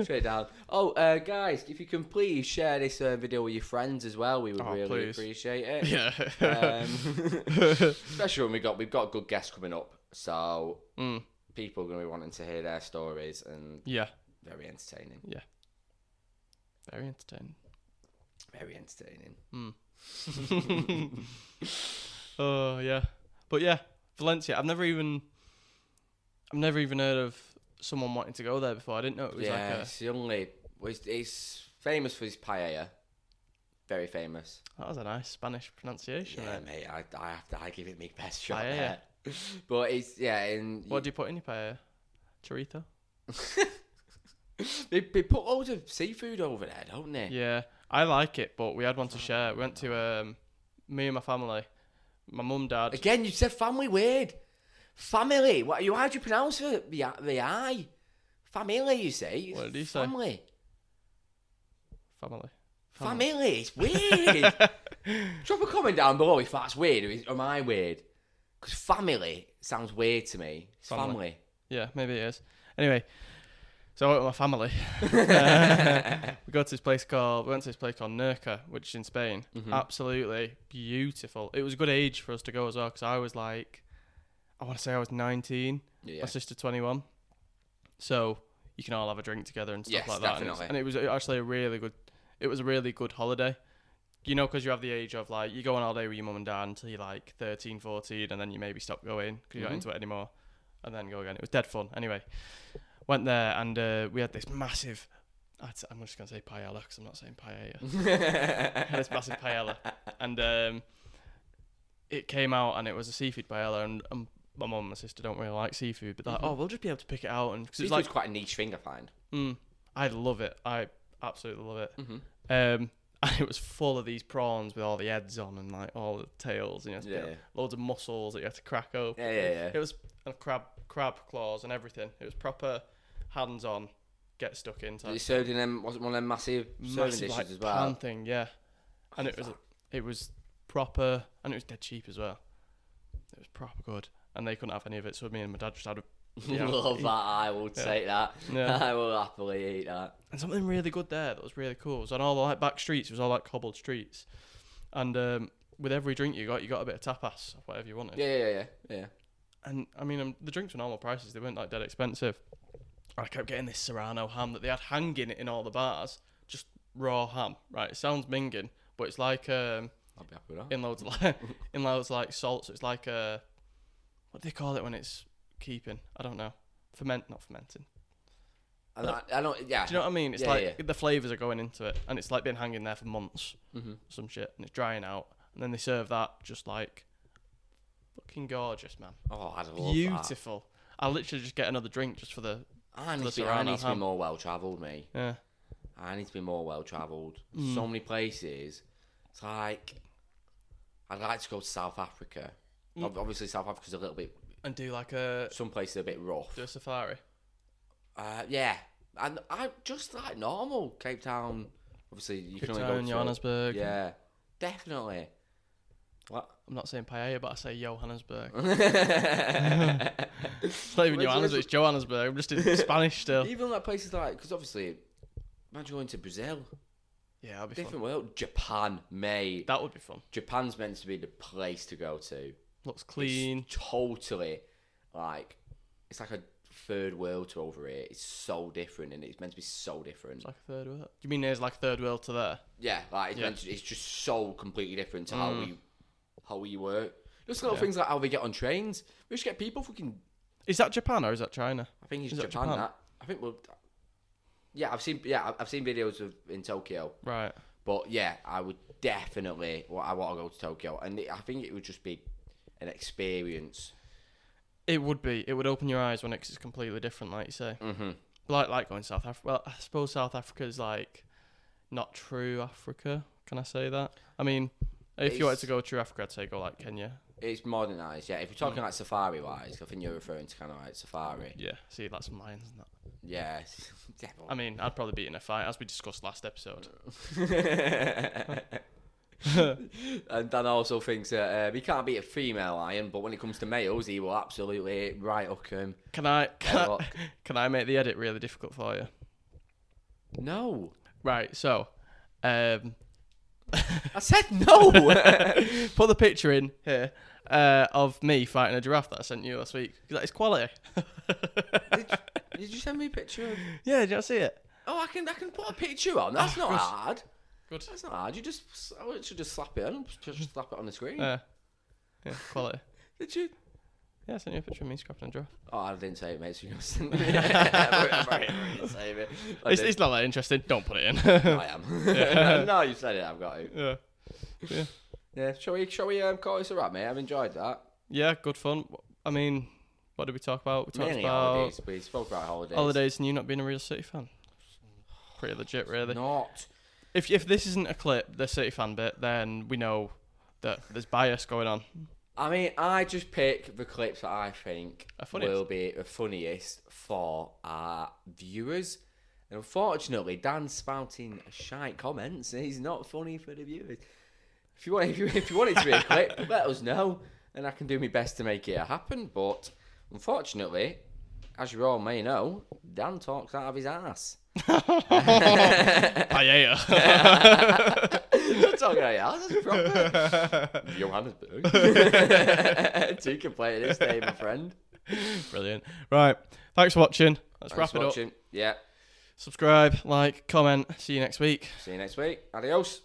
Straight down. Oh, uh, guys, if you can please share this uh, video with your friends as well, we would
Oh,
really
please.
appreciate it.
yeah.
Um, especially when we got we've got a good guest coming up, so
Mm.
people are gonna be wanting to hear their stories and
yeah.
very entertaining.
Very entertaining.
Very entertaining.
Oh yeah. But yeah, Valencia. I've never even I've never even heard of someone wanting to go there before. I didn't know it was
yeah,
like
it's the only. well, It's, it's famous for his paella. Very famous.
a that was a nice Spanish pronunciation.
Yeah,
there.
mate. I, I have to. I give it my best shot.
Paella.
there. But it's yeah, and
What do you put in your paella? Chorizo.
they, they put loads of seafood over there, don't they?
Yeah, I like it, but we had one to share. We went to um, me and my family, my mum, dad.
Again, you said family weird. Family. What you? How do you pronounce the the, the I? Family. You say.
What did he say?
family.
Family.
Family, it's weird. Drop a comment down below if that's weird or is- am I weird? Because family sounds weird to me. It's
Family.
family.
Yeah, maybe it is. Anyway, so I went with my family. Uh, we go to this place called we went to this place called Nerca, which is in Spain.
Mm-hmm.
Absolutely beautiful. It was a good age for us to go as well because I was like, I want to say I was nineteen.
Yeah.
My sister twenty one. So you can all have a drink together and stuff
Yes,
like that. And, it's-
definitely.
and it was actually a really good. It was a really good holiday. You know, because you have the age of like you go on holiday with your mum and dad until you're like 13, 14, and then you maybe stop going because you're not into it anymore and then go again. It was dead fun. Anyway, went there and uh, we had this massive. I'd s- I'm just gonna say paella because I'm not saying paella. had this massive paella, and um, it came out and it was a seafood paella. And, and my mum and my sister don't really like seafood, but they're like, oh, we'll just be able to pick it out. And cause
It's
it's like
quite a niche thing, I find.
Mm, I love it. I absolutely love it.
Mhm.
Um, and it was full of these prawns with all the heads on and like all the tails, and you know,
Yeah, yeah.
loads of muscles that you have to crack open.
Yeah, yeah, yeah.
It was and crab crab claws and everything. It was proper hands on, get stuck in
It
type.
served in them, wasn't one of them massive serving
Massive,
dishes
like,
as well.
pan thing, yeah. And it was it was proper, and it was dead cheap as well. It was proper good, and they couldn't have any of it, so me and my dad just had a yeah,
Love that. I will take that.
Yeah.
I will happily eat that.
and something really good there that was really cool. It was on all the like back streets. It was all like cobbled streets, and um, with every drink you got, you got a bit of tapas, of whatever you wanted.
Yeah, yeah, yeah, yeah.
And I mean, um, the drinks were normal prices. They weren't like dead expensive. I kept getting this serrano ham that they had hanging in all the bars, just raw ham. Right, it sounds minging, but it's like um,
I'll be happy with that.
in loads of like, in loads of like salt. So it's like uh what do they call it when it's keeping? I don't know. Ferment, not fermenting.
And I, I don't. Yeah.
Do you know what I mean? It's
Yeah,
like the flavors are going into it, and it's like been hanging there for months,
Mhm.
some shit, and it's drying out, and then they serve that just like fucking gorgeous, man,
Oh, I'd love that.
beautiful. I literally just get another drink just for the
I need,
the
to be, I
Serrano
need to be
ham.
more well travelled, me.
yeah.
I need to be more well travelled.
Mm.
So many places. It's like I'd like to go to South Africa.
Mm.
Ob- Obviously, South Africa's a little bit.
and do like a
Some places are a bit rough.
do a safari.
Uh, yeah, and I just like normal Cape Town. Obviously, you
Cape
can only
Town,
go to
Johannesburg.
Yeah, definitely. What?
I'm not saying paella, but I say Johannesburg.
Even
It's not even
Where's-
Johannesburg, it's Johannesburg. I'm just in Spanish still.
like places like, because obviously, imagine going to Brazil,
Yeah, that'd be fun.
different world. Japan, mate.
That would be fun.
Japan's meant to be the place to go to.
Looks clean.
totally like it's like a third world to over here. It's so different, and it's meant to be so different.
It's like a third world. You mean there's like third world to there?
yeah, like it's,
Yeah. Mm.
meant to, it's just so completely different to how we how we work. Just little things like how we get on trains. We just get people fucking.
Is that Japan or is that China?
I think it's
Is that
Japan,
Japan?
That I think we'll. Yeah, I've seen. Yeah, I've- I've seen videos of in Tokyo,
Right.
but yeah, I would definitely. Well, I want to go to Tokyo, and it, I think it would just be an experience.
It would be. It would open your eyes when it's completely different, like you say.
Mm-hmm.
Like like going South Africa. Well, I suppose South Africa is like not true Africa. Can I say that? I mean, if you wanted
It's-
to go true Africa, I'd say go like Kenya.
It's modernised, yeah. If you're
Mm.
talking like safari wise, I think you're referring to kind of like safari.
Yeah. See, like some lions and that.
Yeah, it's- devil.
I mean, I'd probably be in a fight, as we discussed last episode.
and Dan also thinks that uh, we can't beat a female lion, but when it comes to males, he will absolutely right hook him.
Can I can, I-
look.
can I make the edit really difficult for you?
No,
Right. So, um,
I said
Oh!
no.
put the picture in here uh, of me fighting a giraffe that I sent you last week. 'Cause That is quality.
did, you, did you send me a picture? Of...
yeah. Did you not see it?
Oh, I can I can put a picture on. That's not hard.
Good.
That's not hard. You just I should just slap it. on. Just slap it on the screen.
Yeah. Uh, Yeah, quality.
did you?
yeah, I sent you a picture of me scrapping a giraffe.
Oh, I didn't say it, mate. So you can send me. I'm very- I'm very save it. I
It's,
did.
it's not that interesting. Don't put it in.
I am. no, you said it. I've got it.
yeah.
Yeah. Shall we? Shall we um, call this a wrap, mate? I've enjoyed that.
yeah, good fun. I mean, what did we talk about? We talked
Mainly
about holidays.
holidays. We spoke about holidays.
and you not being a real City fan. Pretty legit, really.
Not.
If if this isn't a clip, the City fan bit, then we know that there's bias going on.
I mean, I just pick the clips that I think
Are funniest.
will be the funniest for our viewers. And unfortunately, Dan's spouting shite comments. He's not funny for the viewers. If you want, if you, if you want it to be a clip, let us know, and I can do my best to make it happen. But unfortunately, as you all may know, Dan talks out of his ass.
Paella.
Don't talk about your ass. "Oh, That's proper. Johannesburg. Two can play at this day, my friend.
Brilliant. Right. Thanks for watching. Let's
Thanks
wrap
for
it up.
watching. Yeah.
Subscribe, like, comment. See you next week.
See you next week. Adios.